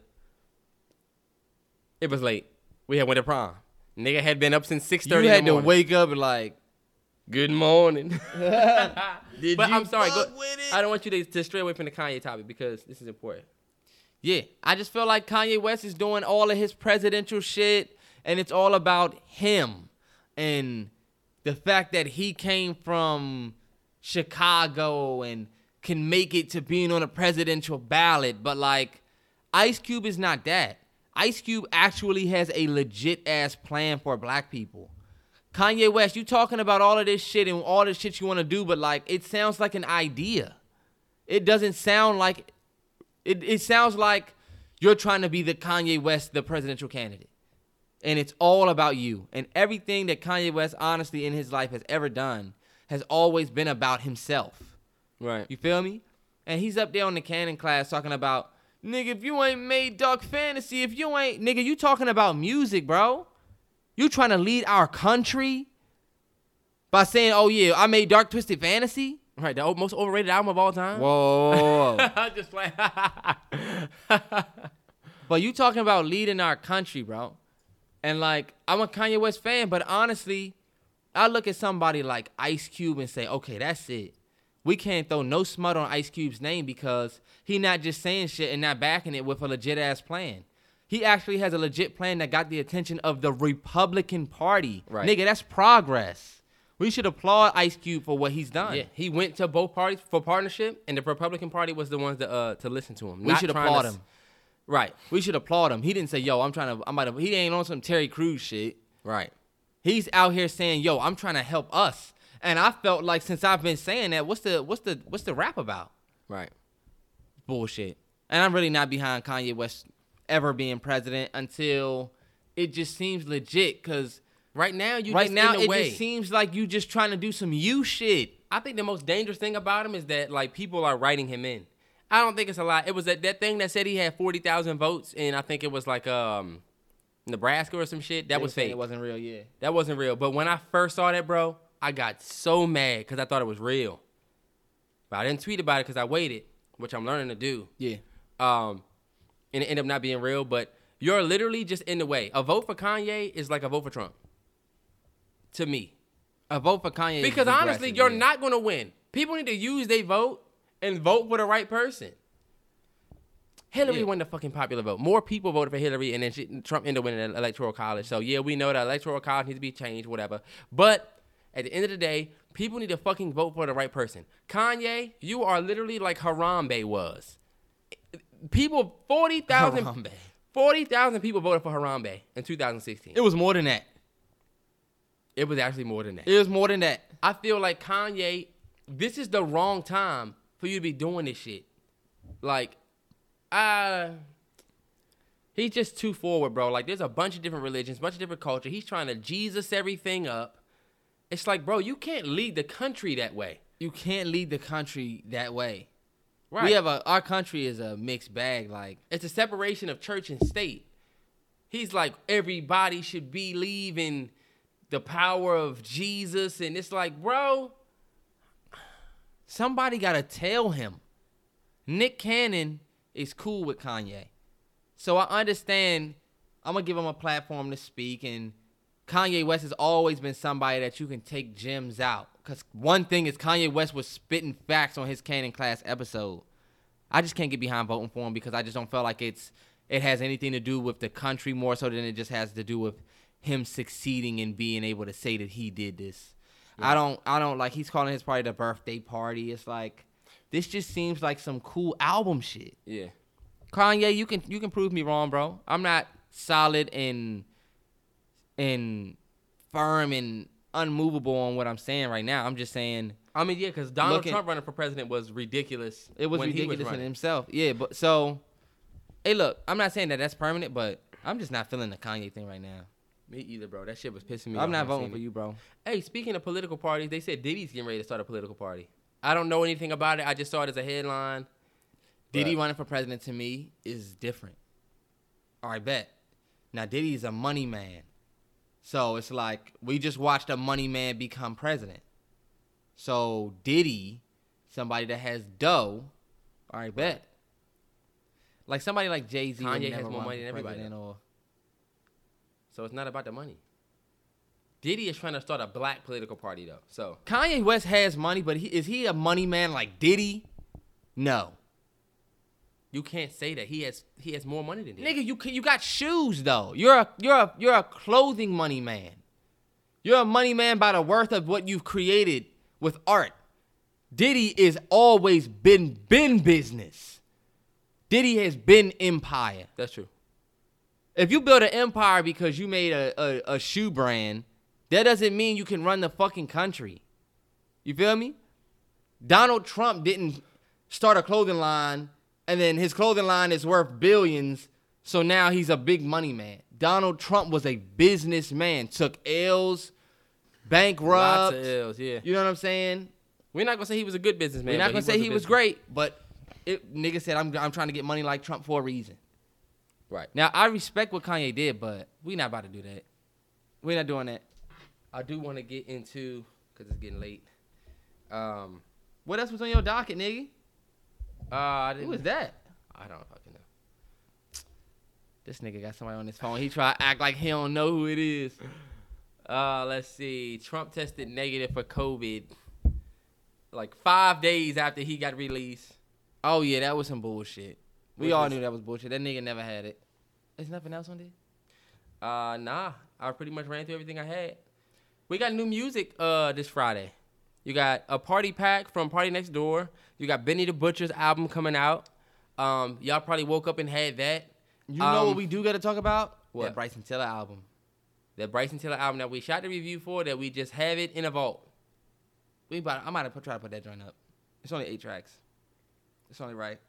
It was late. We had went to prom. Nigga had been up since six You thirty. had to wake up like Good morning. but you I'm sorry. Go, fuck with it? I don't want you to, to stray away from the Kanye topic because this is important. Yeah, I just feel like Kanye West is doing all of his presidential shit, and it's all about him and the fact that he came from Chicago and can make it to being on a presidential ballot. But like, Ice Cube is not that. Ice Cube actually has a legit ass plan for black people. Kanye West, you talking about all of this shit and all this shit you want to do, but like, it sounds like an idea. It doesn't sound like it, it sounds like you're trying to be the Kanye West, the presidential candidate. And it's all about you. And everything that Kanye West, honestly, in his life has ever done has always been about himself. Right. You feel me? And he's up there on the canon class talking about, nigga, if you ain't made Dark Fantasy, if you ain't, nigga, you talking about music, bro. You trying to lead our country by saying, oh, yeah, I made Dark Twisted Fantasy? right. The o- most overrated album of all time. Whoa. I just like But you talking about leading our country, bro. And like, I'm a Kanye West fan, but honestly, I look at somebody like Ice Cube and say, okay, that's it. We can't throw no smut on Ice Cube's name because he not just saying shit and not backing it with a legit ass plan. He actually has a legit plan that got the attention of the Republican Party. Right. Nigga, that's progress. We should applaud Ice Cube for what he's done. Yeah, he went to both parties for partnership, and the Republican Party was the ones that uh, to listen to him. We not should trying applaud to s- him. Right. We should applaud him. He didn't say, "Yo, I'm trying to." I'm about to. He ain't on some Terry Crews shit. Right. He's out here saying, "Yo, I'm trying to help us." And I felt like since I've been saying that, what's the what's the what's the rap about? Right. Bullshit. And I'm really not behind Kanye West ever being president until it just seems legit. Cause Right now, you right just now in a it way. just seems like you just trying to do some you shit. I think the most dangerous thing about him is that like people are writing him in. I don't think it's a lot. It was that, that thing that said he had forty thousand votes, and I think it was like um Nebraska or some shit. That was fake. It wasn't real. Yeah. That wasn't real. But when I first saw that, bro, I got so mad because I thought it was real. But I didn't tweet about it because I waited, which I'm learning to do. Yeah. Um, and it ended up not being real. But you're literally just in the way. A vote for Kanye is like a vote for Trump to me. A vote for Kanye. is Because just honestly, drastic, you're yeah. not gonna win. People need to use their vote and vote for the right person. Hillary Yeah. won the fucking popular vote. More people voted for Hillary, and then she, Trump ended up winning the electoral college. So yeah, we know that electoral college needs to be changed, whatever. But at the end of the day, people need to fucking vote for the right person. Kanye, you are literally like Harambe was. People, 40,000 Harambe. 40,000 people voted for Harambe in 2016. It was more than that. It was actually more than that. It was more than that. I feel like Kanye, this is the wrong time for you to be doing this shit. Like, uh he's just too forward, bro. Like, there's a bunch of different religions, bunch of different culture. He's trying to Jesus everything up. It's like, bro, you can't lead the country that way. You can't lead the country that way. Right. We have a our country is a mixed bag. Like it's a separation of church and state. He's like everybody should believe in the power of Jesus, and it's like, bro, somebody gotta tell him. Nick Cannon is cool with Kanye, so I understand. I'm gonna give him a platform to speak, and Kanye West has always been somebody that you can take gems out. Cause one thing is Kanye West was spitting facts on his Cannon class episode. I just can't get behind voting for him because I just don't feel like it's it has anything to do with the country more so than it just has to do with him succeeding and being able to say that he did this. I don't I don't like he's calling his party the birthday party. It's like this just seems like some cool album shit. yeah, Kanye, you can you can prove me wrong, bro. I'm not solid and and firm and unmovable on what I'm saying right now. I'm just saying I mean, yeah, because Donald Looking- Trump running for president was ridiculous. It was when he ridiculous in running. himself. Yeah, but so, hey, look, I'm not saying that that's permanent, but I'm just not feeling the Kanye thing right now. Me either, bro. That shit was pissing me off. I'm not when I voting seen for it. you, bro. Hey, speaking of political parties, they said Diddy's getting ready to start a political party. I don't know anything about it. I just saw it as a headline. Diddy But- running for president to me is different. All right, bet. Now Diddy is a money man, so it's like we just watched a money man become president. So Diddy, somebody that has dough, all right, bet. Like somebody like Jay Z, Kanye has more money than everybody. Or, So it's not about the money. Diddy is trying to start a black political party though. So Kanye West has money, but he, is he a money man like Diddy? No, you can't say that he has he has more money than Diddy. nigga, you ca- you got shoes though. You're a you're a you're a clothing money man. You're a money man by the worth of what you've created with art. Diddy is always been been business. Diddy has been empire. That's true. If you build an empire because you made a, a, a shoe brand, that doesn't mean you can run the fucking country. You feel me? Donald Trump didn't start a clothing line and then his clothing line is worth billions, so now he's a big money man. Donald Trump was a businessman, took Lots L's, bankrupt. of L's, yeah. You know what I'm saying? We're not gonna say he was a good businessman. We're not but gonna say a he was business- great, but it, nigga said I'm I'm trying to get money like Trump for a reason. Right. Now I respect what Kanye did, but we not about to do that. We're not doing that. I do want to get into because it's getting late. Um, What else was on your docket, nigga? uh, I Who didn't. was that? I don't fucking know. This nigga got somebody on his phone. He try to act like he don't know who it is. Uh, let's see. Trump tested negative for COVID like five days after he got released. Oh yeah, that was some bullshit. We all knew that was bullshit. That nigga never had it. There's nothing else on there. Uh, nah. I pretty much ran through everything I had. We got new music uh this Friday. You got a party pack from Party Next Door. You got Benny the Butcher's album coming out. Um, y'all probably woke up and had that. Um, You know what we do got to talk about? What? That Bryson Tiller album. That Bryson Tiller album that we shot the review for, that we just have it in a vault. We about I'm about to try to put that joint up. It's only eight tracks. It's only right.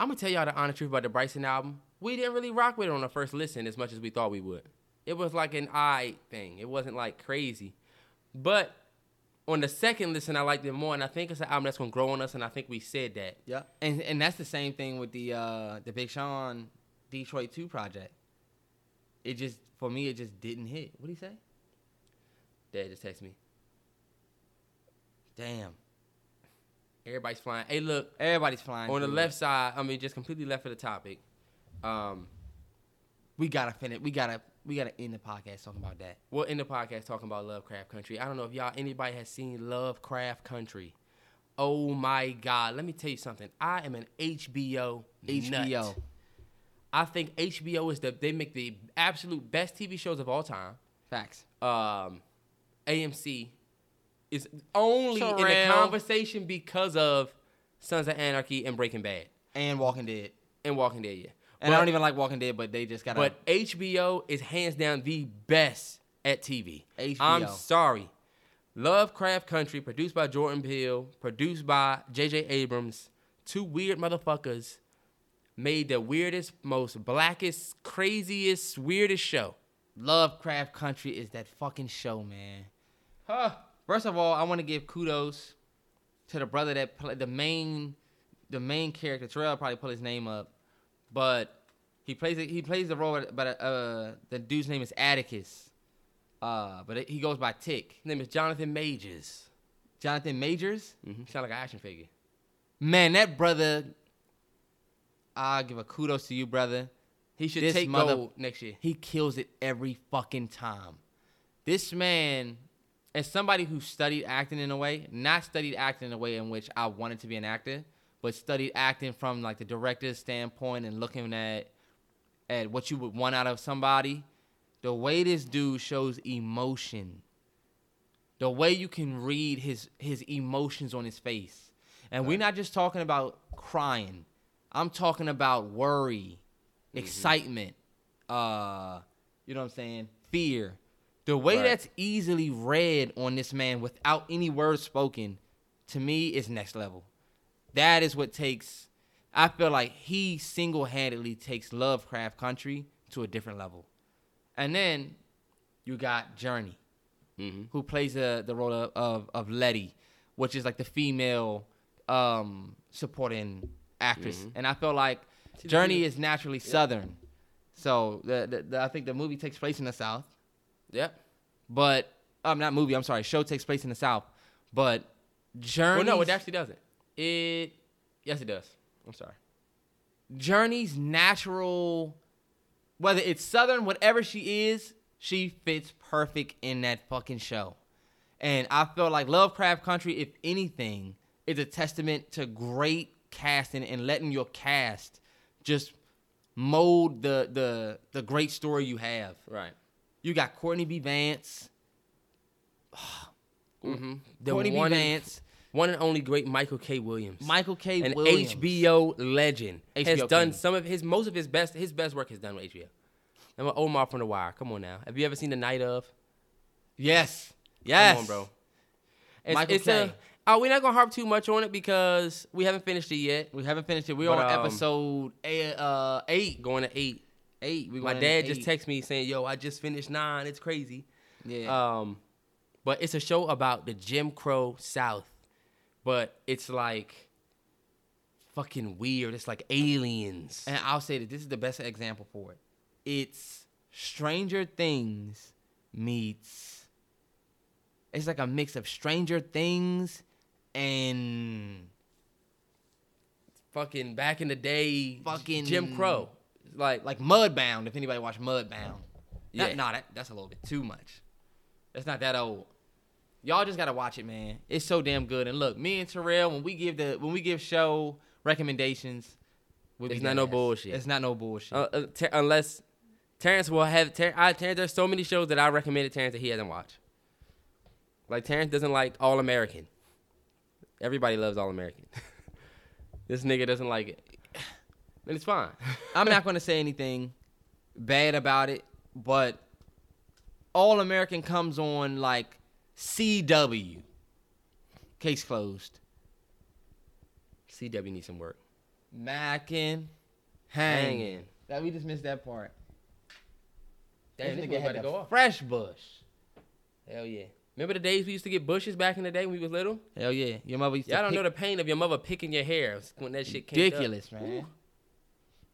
I'm gonna tell y'all the honest truth about the Bryson album. We didn't really rock with it on the first listen as much as we thought we would. It was like an eye thing. It wasn't like crazy. But on the second listen, I liked it more, and I think it's an album that's gonna grow on us, and I think we said that. Yeah. And and that's the same thing with the uh the Big Sean Detroit Two project. It just for me, it just didn't hit. What would he say? Dad just text me. Damn. Everybody's flying. Hey, look. Everybody's flying. On the through left side, I mean, just completely left of the topic. Um, we gotta finish. We gotta we gotta end the podcast talking about that. we're in the podcast talking about Lovecraft Country. I don't know if y'all anybody has seen Lovecraft Country. Oh my God! Let me tell you something. I am an HBO HBO. nut. I think HBO is the they make the absolute best TV shows of all time. Facts. Um, AMC is only in Sorrel. the conversation because of Sons of Anarchy and Breaking Bad And Walking Dead. and Walking Dead. Yeah, And But- I don't even like Walking Dead, but they just gotta. but HBO is hands down the best at TV. HBO. I'm sorry. Lovecraft Country, produced by Jordan Peele, produced by J.J. Abrams, two weird motherfuckers made the weirdest, most blackest, craziest, weirdest show. Lovecraft Country is that fucking show, man. Huh. First of all, I want to give kudos to the brother that played the main, the main character. Terrell probably put his name up, but he plays it- he plays the role, but uh, uh, the dude's name is Atticus, uh, but it- he goes by Tick. His name is Jonathan Majors. Jonathan Majors. Mm-hmm. Sound like an action figure. Man, that brother. I give a kudos to you, brother. He should This take mother- gold next year. He kills it every fucking time. This man, as somebody who studied acting in a way, not studied acting in a way in which I wanted to be an actor, but studied acting from like the director's standpoint and looking at at what you would want out of somebody, the way this dude shows emotion, the way you can read his his emotions on his face. And we're not just talking about crying. I'm talking about worry, excitement, uh, you know what I'm saying? Fear. The way that's easily read on this man without any words spoken, to me, is next level. That is what takes. I feel like he single handedly takes Lovecraft Country to a different level. And then you got Journey, Mm-hmm. who plays the, the role of, of, of Letty, which is like the female um, supporting actress. Mm-hmm. And I feel like Journey is naturally Southern. So the, the, the, I think the movie takes place in the South Yep. but um, not movie. I'm sorry, show takes place in the South, but Journey. Well, no, it actually doesn't. It. Yes, it does. I'm sorry. Journey's natural, whether it's Southern, whatever she is, she fits perfect in that fucking show. And I feel like Lovecraft Country, if anything, is a testament to great casting and letting your cast just mold the the the great story you have. Right. You got Courtney B. Vance. The Mm-hmm. Courtney B. one, Vance. one and only great Michael K. Williams. Michael K. an Williams. HBO legend. has HBO done king. some of his most of his best his best work has done with HBO. Number Omar from The Wire. Come on now. Have you ever seen The Night of? Yes. Yes. Come on, bro. It's, Michael it's a- K. uh, we're not gonna harp too much on it because we haven't finished it yet. We haven't finished it. We're But, on um, episode a, uh, eight. Going to eight. Eight. We My going dad in just eight. texted me saying, "Yo, I just finished nine. It's crazy." Yeah. Um, but it's a show about the Jim Crow South, but it's like fucking weird. It's like aliens. and I'll say that this is the best example for it. It's Stranger Things meets. It's like a mix of Stranger Things and fucking back in the day Fucking- Jim Crow. like like Mudbound. If anybody watched Mudbound, yeah, Yeah. nah, that, that's a little bit too much. That's not that old. Y'all just gotta watch it, man. It's so damn good. And look, me and Terrell, when we give the when we give show recommendations, we be It's not no deadass. bullshit. It's not no bullshit. Uh, uh, Ter- unless Terrence will have Ter- I, Terrence. There's so many shows that I recommended Terrence that he hasn't watched. Like Terrence doesn't like All American. Everybody loves All American. this nigga doesn't like it, and it's fine. I'm not gonna say anything bad about it, but All American comes on like CW. Case closed. CW needs some work. Mackin, Hanging. hanging. That we just missed that part. That Hey, this nigga one about had a to go off. fresh bush. Hell yeah. Remember the days we used to get bushes back in the day when we was little? Hell yeah, your mother used Y'all to don't pick know the pain of your mother picking your hair when that shit came ridiculous, man.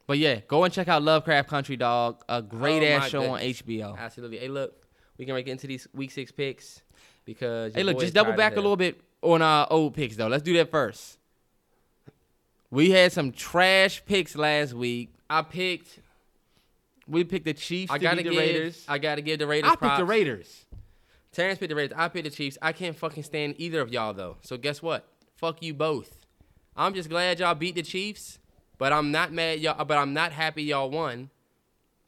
But yeah, go and check out Lovecraft Country, dog. A great Oh, ass my show goodness. on HBO. Absolutely. Hey, look, we can get into these week six picks because. your Hey, look, boy just is double tired as back a hell. little bit on our old picks though. Let's do that first. We had some trash picks last week. I picked. We picked the Chiefs. I to beat gotta the give. Raiders. I gotta give the Raiders. I picked props. the Raiders. Terrence picked the Raiders. I picked the Chiefs. I can't fucking stand either of y'all though. So guess what? Fuck you both. I'm just glad y'all beat the Chiefs, but I'm not mad y'all. But I'm not happy y'all won,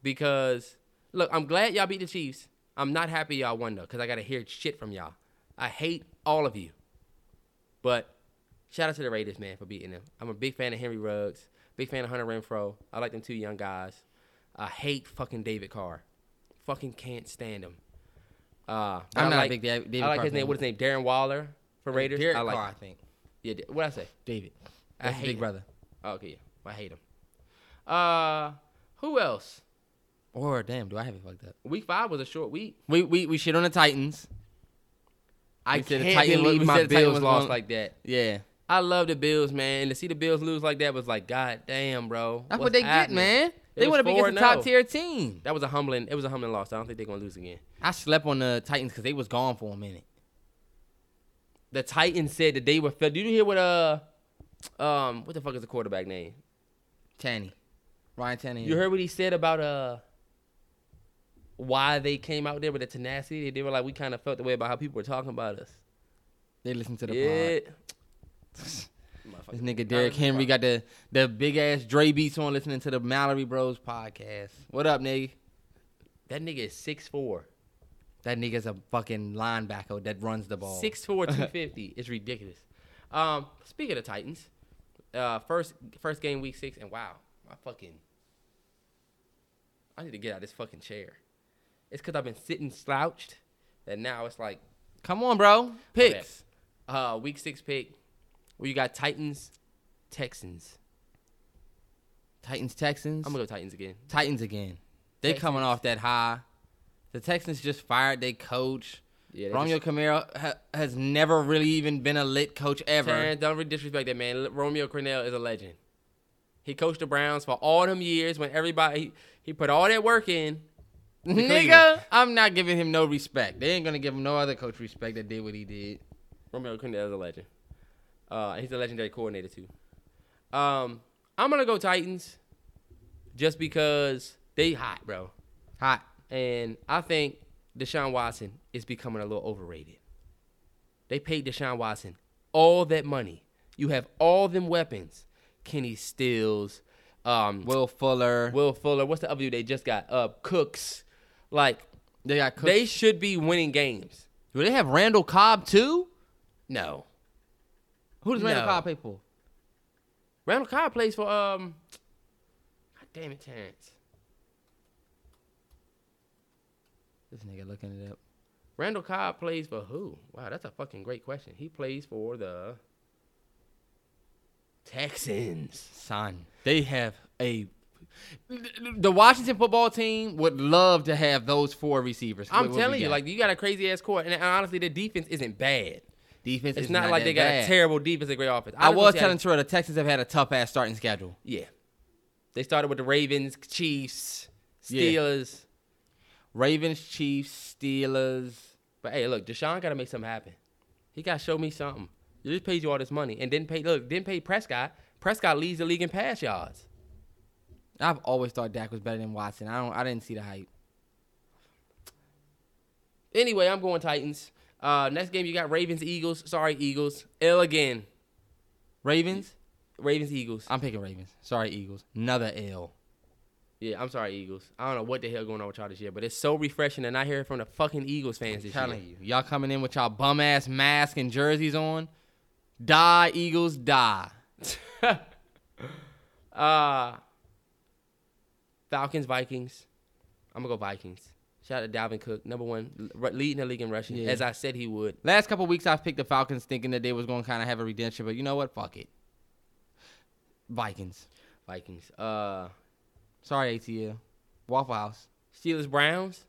because look, I'm glad y'all beat the Chiefs. I'm not happy y'all won though, because I gotta hear shit from y'all. I hate all of you. But shout out to the Raiders, man, for beating them. I'm a big fan of Henry Ruggs, big fan of Hunter Renfro. I like them two young guys. I hate fucking David Carr. Fucking can't stand him. Uh, but I'm I not a like- big Da- David I like Carr his name. fan. What his name? Darren Waller for Raiders. Derek I like. Carr, I him. think. Yeah. What I say? David. I That's his hate big him. brother. Oh, okay. Yeah. I hate him. Uh, who else? Or damn, do I have it fucked up? Week five was a short week. We we we shit on the Titans. I We said can't the Titan- believe we my said the Titan Bills was lost gonna- like that. Yeah, I love the Bills, man. And to see the Bills lose like that was like, God damn, bro. that's What's what they happening? get, man. It They was oh. want to be against a 4-0. top tier team. That was a humbling. It was a humbling loss. I don't think they're gonna lose again. I slept on the Titans because they was gone for a minute. The Titans said that they were. Fed. Did you hear what? Uh, um, what the fuck is the quarterback name? Tanny, Ryan Tanny. You heard what he said about uh why they came out there with the tenacity. They were like, we kind of felt the way about how people were talking about us. they listened to the Yeah. pod. This nigga That Derrick was Henry got the the big ass Dre beats on listening to the Mallory Bros podcast. What up, nigga? That nigga is 6'4". That nigga's a fucking linebacker that runs the ball. 6'4", 250. it's ridiculous. Um, speaking of Titans, uh, first first game week six, and wow, my fucking, I need to get out of this fucking chair. It's because I've been sitting slouched, and now it's like Come on, bro. Picks. Uh, week six pick, where you got Titans, Texans. Titans, Texans. I'm gonna go Titans again. Titans again. They coming off that high. The Texans just fired their coach. Yeah, they Romeo Camaro ha- has never really even been a lit coach ever. Terrence, don't really disrespect that man. L- Romeo Cornell is a legend. He coached the Browns for all them years when everybody he, he put all that work in. Nigga, I'm not giving him no respect. They ain't gonna give him no other coach respect that did what he did. Romeo Cornell is a legend. Uh, he's a legendary coordinator too. Um, I'm gonna go Titans, just because they hot, bro. Hot. And I think Deshaun Watson is becoming a little overrated. They paid Deshaun Watson all that money. You have all them weapons. Kenny Stills, um, Will, Will Fuller. Fuller. What's the other dude they just got? Uh, Cooks. Like they got coach. they should be winning games. Do they have Randall Cobb too? No, Who does Randall No. Cobb pay for? Randall Cobb plays for um. God damn it, Terrence. This nigga looking it up. Randall Cobb plays for who? Wow, that's a fucking great question. He plays for the Texans. Son, they have a. The Washington football team would love to have those four receivers. I'm What- what we telling you, got. like you got a crazy ass court, and, and honestly, the defense isn't bad. defense. It's, is not, like that they got bad. a terrible defense, a great offense. I just was don't see telling how- Terrell the Texans have had a tough ass starting schedule. yeah, they started with the Ravens, Chiefs, Yeah. Steelers. Ravens, Chiefs, Steelers. But hey, look, Deshaun got to make something happen. He got to show me something. You just paid you all this money and didn't pay. Look, didn't pay Prescott. Prescott leads the league in pass yards. I've always thought Dak was better than Watson. I don't. I didn't see the hype. Anyway, I'm going Titans. Uh, next game you got Ravens Eagles. Sorry Eagles. L again. Ravens. Ravens Eagles. I'm picking Ravens. Sorry, Eagles. Another L. Yeah, I'm sorry Eagles. I don't know what the hell going on with y'all this year, but it's so refreshing to not hear from the fucking Eagles fans this year. Telling you, y'all coming in with y'all bum ass mask and jerseys on. Die, Eagles, die. Uh, Falcons Vikings. I'm gonna go Vikings. Shout out to Dalvin Cook, number one, r- leading the league in rushing, Yeah. as I said he would. Last couple weeks, I've picked the Falcons thinking that they was going to kind of have a redemption, but you know what? Fuck it. Vikings. Vikings. Uh, Sorry, ATL. Waffle House. Steelers Browns.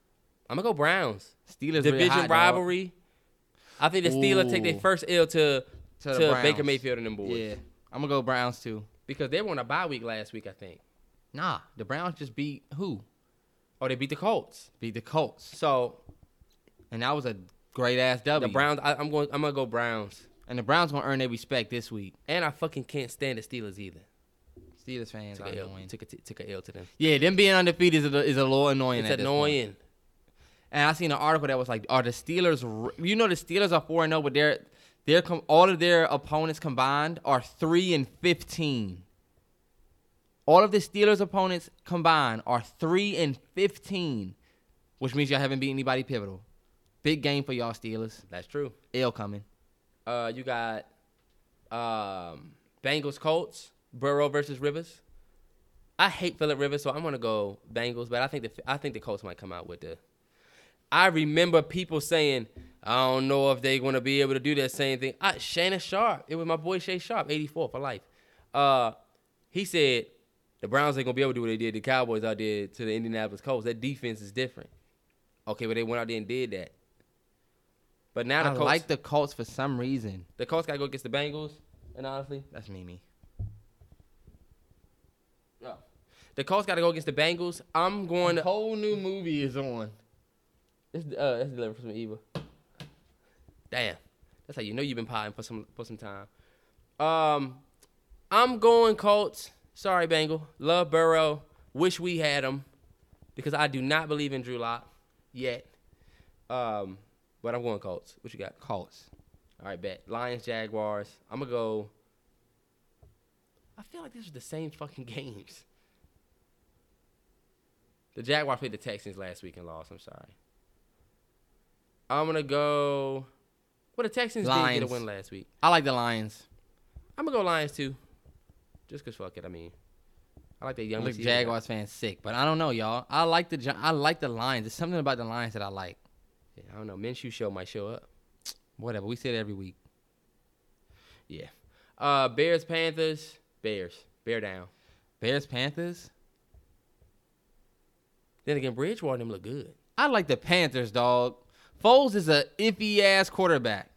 I'm gonna go Browns. Steelers really Division hot, dog. rivalry. I think the Steelers take their Ooh. first L to To to, the Baker Browns. Mayfield and them boys. Yeah, I'm gonna go Browns too. because they were on a bye week last week, I think. Nah, the Browns just beat who? Oh, they beat the Colts. Beat the Colts, So and that was a great ass W. the Browns. I, I'm going. I'm gonna go Browns. and the Browns gonna earn their respect this week. And I fucking can't stand the Steelers either. Steelers fans Took are a L. annoying. Took a, t- took a L to them. Yeah, them being undefeated is a, is a little annoying. It's at this point. annoying. And I seen an article that was like, are the Steelers? r- You know, the Steelers are four and zero, but they're they're com- all of their opponents combined are three and fifteen. All of the Steelers' opponents combined are three and fifteen, which means y'all haven't beat anybody pivotal. Big game for y'all Steelers. That's true. L coming. Uh, you got um, Bengals Colts. Burrow versus Rivers. I hate Philip Rivers, so I'm gonna go Bengals. But I think the I think the Colts might come out with the. I remember people saying, I don't know if they're gonna be able to do that same thing. I, Shannon Sharp, it was my boy Shay Sharp, 84 for life. Uh, he said the Browns ain't gonna be able to do what they did. The Cowboys out there to the Indianapolis Colts. That defense is different. Okay, but they went out there and did that. But now the I Colts, like the, the Colts for some reason. Colts gotta go against the Bengals. And honestly, That's Mimi. the Colts gotta go against the Bengals. I'm going. to Whole new movie is on. It's uh, that's delivered from Eva. Damn, that's how you know you've been potting for some for some time. Um, I'm going Colts. Sorry, Bengal. Love Burrow. Wish we had him because I do not believe in Drew Lock yet. Um, but I'm going Colts. What you got? Colts. All right, bet. Lions, Jaguars. I'm gonna go. I feel like these are the same fucking games. The Jaguars played the Texans last week and lost. I'm sorry. I'm gonna go. Well, the Texans did Lions. get a win last week. I like the Lions. I'm gonna go Lions too. Just cause fuck it. I mean, I like that young Look, receiver. Jaguars fans sick, but I don't know, y'all. I like the Gi- I like the Lions. There's something about the Lions that I like. Yeah, I don't know. Minshew show might show up. Whatever. We say it every week. Yeah. Uh, Bears Panthers. Bears. Bear down. Bears Panthers. Then again, Bridgewater and them look good. I like the Panthers, dog. Foles is a iffy ass quarterback.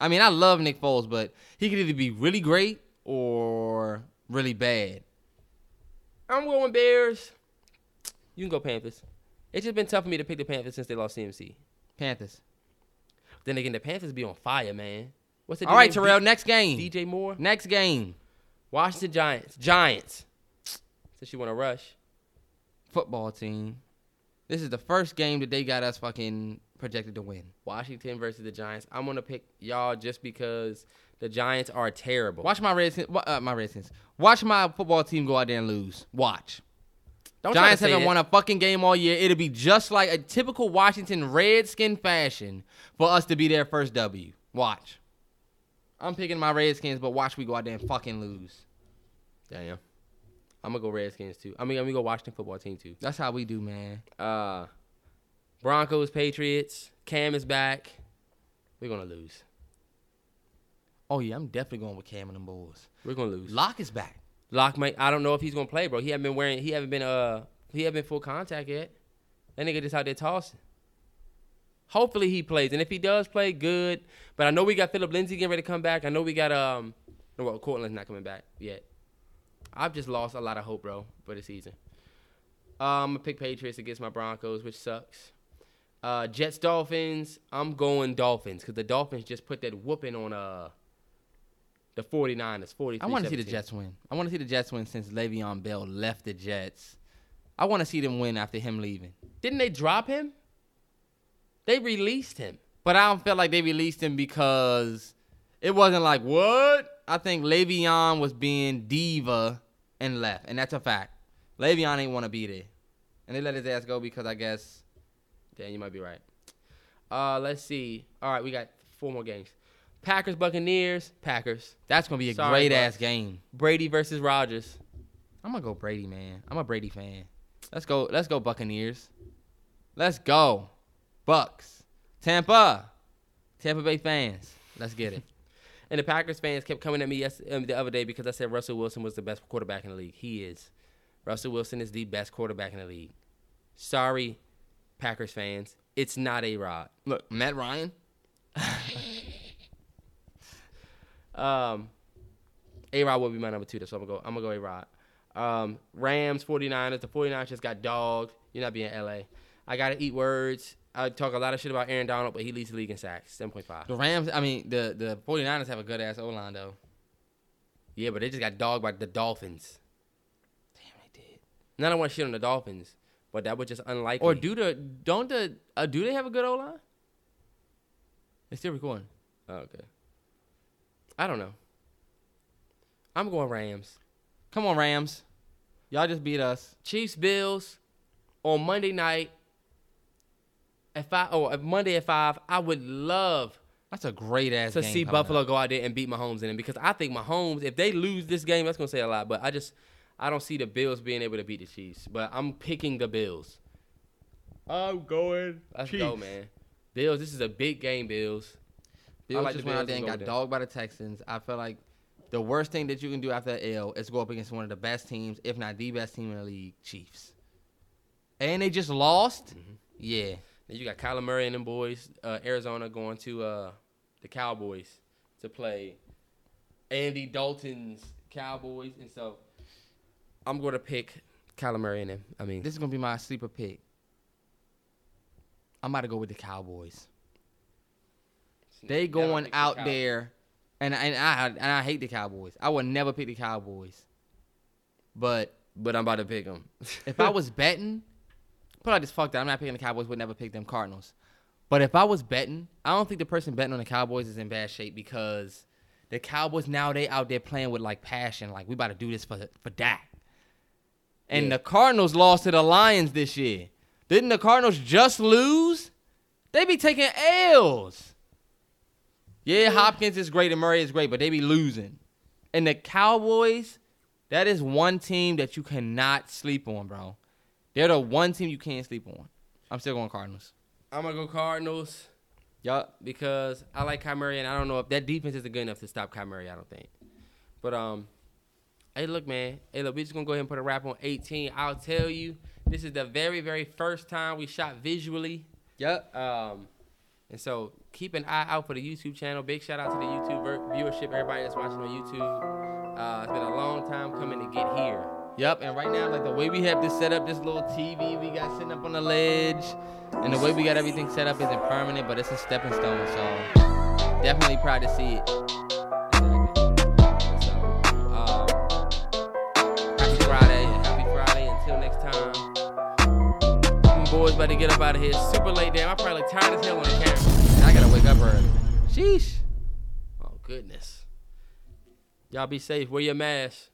I mean, I love Nick Foles, but he could either be really great or really bad. I'm going Bears. You can go Panthers. It's just been tough for me to pick the Panthers since they lost CMC. Panthers. Then again, the Panthers be on fire, man. What's the All right, dude's Terrell. name? Next game. DJ Moore. Next game. Washington Giants. Giants. Since you want to rush. Football team. This is the first game that they got us fucking projected to win. Washington versus the Giants. I'm gonna pick y'all just because the Giants are terrible. Watch my Redskins. wa- Uh, my Redskins. Watch my football team go out there and lose. Watch. Don't try to Giants say haven't that. won a fucking game all year. It'll be just like a typical Washington Redskin fashion for us to be their first W. Watch. I'm picking my Redskins, but watch we go out there and fucking lose. Damn. I'm gonna go Redskins too. I mean, I'm gonna go Washington football team too. That's how we do, man. Uh, Broncos, Patriots. Cam is back. We're gonna lose. Oh yeah, I'm definitely going with Cam and them boys. We're gonna lose. Locke is back. Lock might. I don't know if he's gonna play, bro. He haven't been wearing. He haven't been. Uh, he haven't been full contact yet. That nigga just out there tossing. Hopefully he plays, and if he does play, good. But I know we got Philip Lindsay getting ready to come back. I know we got um, no, well, Cortland's not coming back yet. I've just lost a lot of hope, bro, for the season. Uh, I'm gonna pick Patriots against my Broncos, which sucks. Uh, Jets, Dolphins. I'm going Dolphins because the Dolphins just put that whooping on uh the 49ers, 43 I want to see the Jets win. I want to see the Jets win since Le'Veon Bell left the Jets. I want to see them win after him leaving. Didn't they drop him? They released him. But I don't feel like they released him because it wasn't like what? I think Le'Veon was being diva and left, and that's a fact. Le'Veon ain't want to be there, and they let his ass go because I guess. Damn, you might be right. Uh, let's see. All right, we got four more games. Packers, Buccaneers, Packers. That's gonna be a Sorry, great Bucks. ass game. Brady versus Rogers. I'm gonna go Brady, man. I'm a Brady fan. Let's go. Let's go Buccaneers. Let's go Bucks. Tampa. Tampa Bay fans. Let's get it. And the Packers fans kept coming at me yes, um, the other day because I said Russell Wilson was the best quarterback in the league. He is. Russell Wilson is the best quarterback in the league. Sorry, Packers fans. It's not a rod. Look, Matt Ryan. Um, a Rod will be my number two, so I'm gonna go. I'm gonna go A Rod. Um, Rams 49ers. The 49ers just got dogged. You're not being LA. I gotta eat words. I talk a lot of shit about Aaron Donald, but he leads the league in sacks, 7.5. The Rams. I mean, the the 49ers have a good ass O line though. Yeah, but they just got dogged by the Dolphins. Damn, they did. Now I don't want to shit on the Dolphins, but that was just unlikely. Or do the don't the uh, do they have a good O line? It's still recording. Oh, okay. I don't know. I'm going Rams. Come on, Rams. Y'all just beat us. Chiefs Bills on Monday night at five or Monday at five. I would love That's a great ass. to game see coming Buffalo up. go out there and beat Mahomes in it because I think Mahomes, if they lose this game, that's gonna say a lot. But I just I don't see the Bills being able to beat the Chiefs. But I'm picking the Bills. I'm going. Let's go, Chiefs. man. Bills, this is a big game, Bills. Bills like just the went out Bills there to go and got down. dogged by the Texans. I feel like the worst thing that you can do after that L is go up against one of the best teams, if not the best team in the league, Chiefs. And they just lost. Mm-hmm. Yeah, Then you got Kyler Murray and them boys, uh, Arizona going to uh, the Cowboys to play Andy Dalton's Cowboys, and so I'm going to pick Kyler Murray and him. I mean, this is gonna be my sleeper pick. I'm about to go with the Cowboys. They Never going pick the out Cowboys. there, and and I and I hate the Cowboys. I would never pick the Cowboys, but but I'm about to pick him. If I was betting, put like this, fuck that. I'm not picking the Cowboys. Would never pick them Cardinals. But if I was betting, I don't think the person betting on the Cowboys is in bad shape because the Cowboys now they out there playing with like passion, like we about to do this for for Dak. And Yeah. the Cardinals lost to the Lions this year. Didn't the Cardinals just lose? They be taking L's. Yeah, Hopkins is great and Murray is great, but they be losing. And the Cowboys, that is one team that you cannot sleep on, bro. They're the one team you can't sleep on. I'm still going Cardinals. I'm gonna go Cardinals. Yup, because I like Kyler Murray, and I don't know if that defense isn't good enough to stop Kyler Murray. I don't think. But um, hey, look, man. Hey, look, we just gonna go ahead and put a wrap on 18. I'll tell you, this is the very, very first time we shot visually. Yep. Um, and so keep an eye out for the YouTube channel. Big shout out to the YouTube ver- viewership, everybody that's watching on YouTube. Uh, it's been a long time coming to get here. Yep. And right now, like the way we have this set up, this little TV we got sitting up on the ledge, and the way we got everything set up isn't permanent, but it's a stepping stone. So definitely proud to see it. Exactly. So, um, happy Friday. Happy Friday. Until next time. Them boys about to get up out of here. Super late, damn. I probably tired as hell on the camera. I gotta wake up early. Sheesh. Oh, goodness. Y'all be safe. Wear your mask.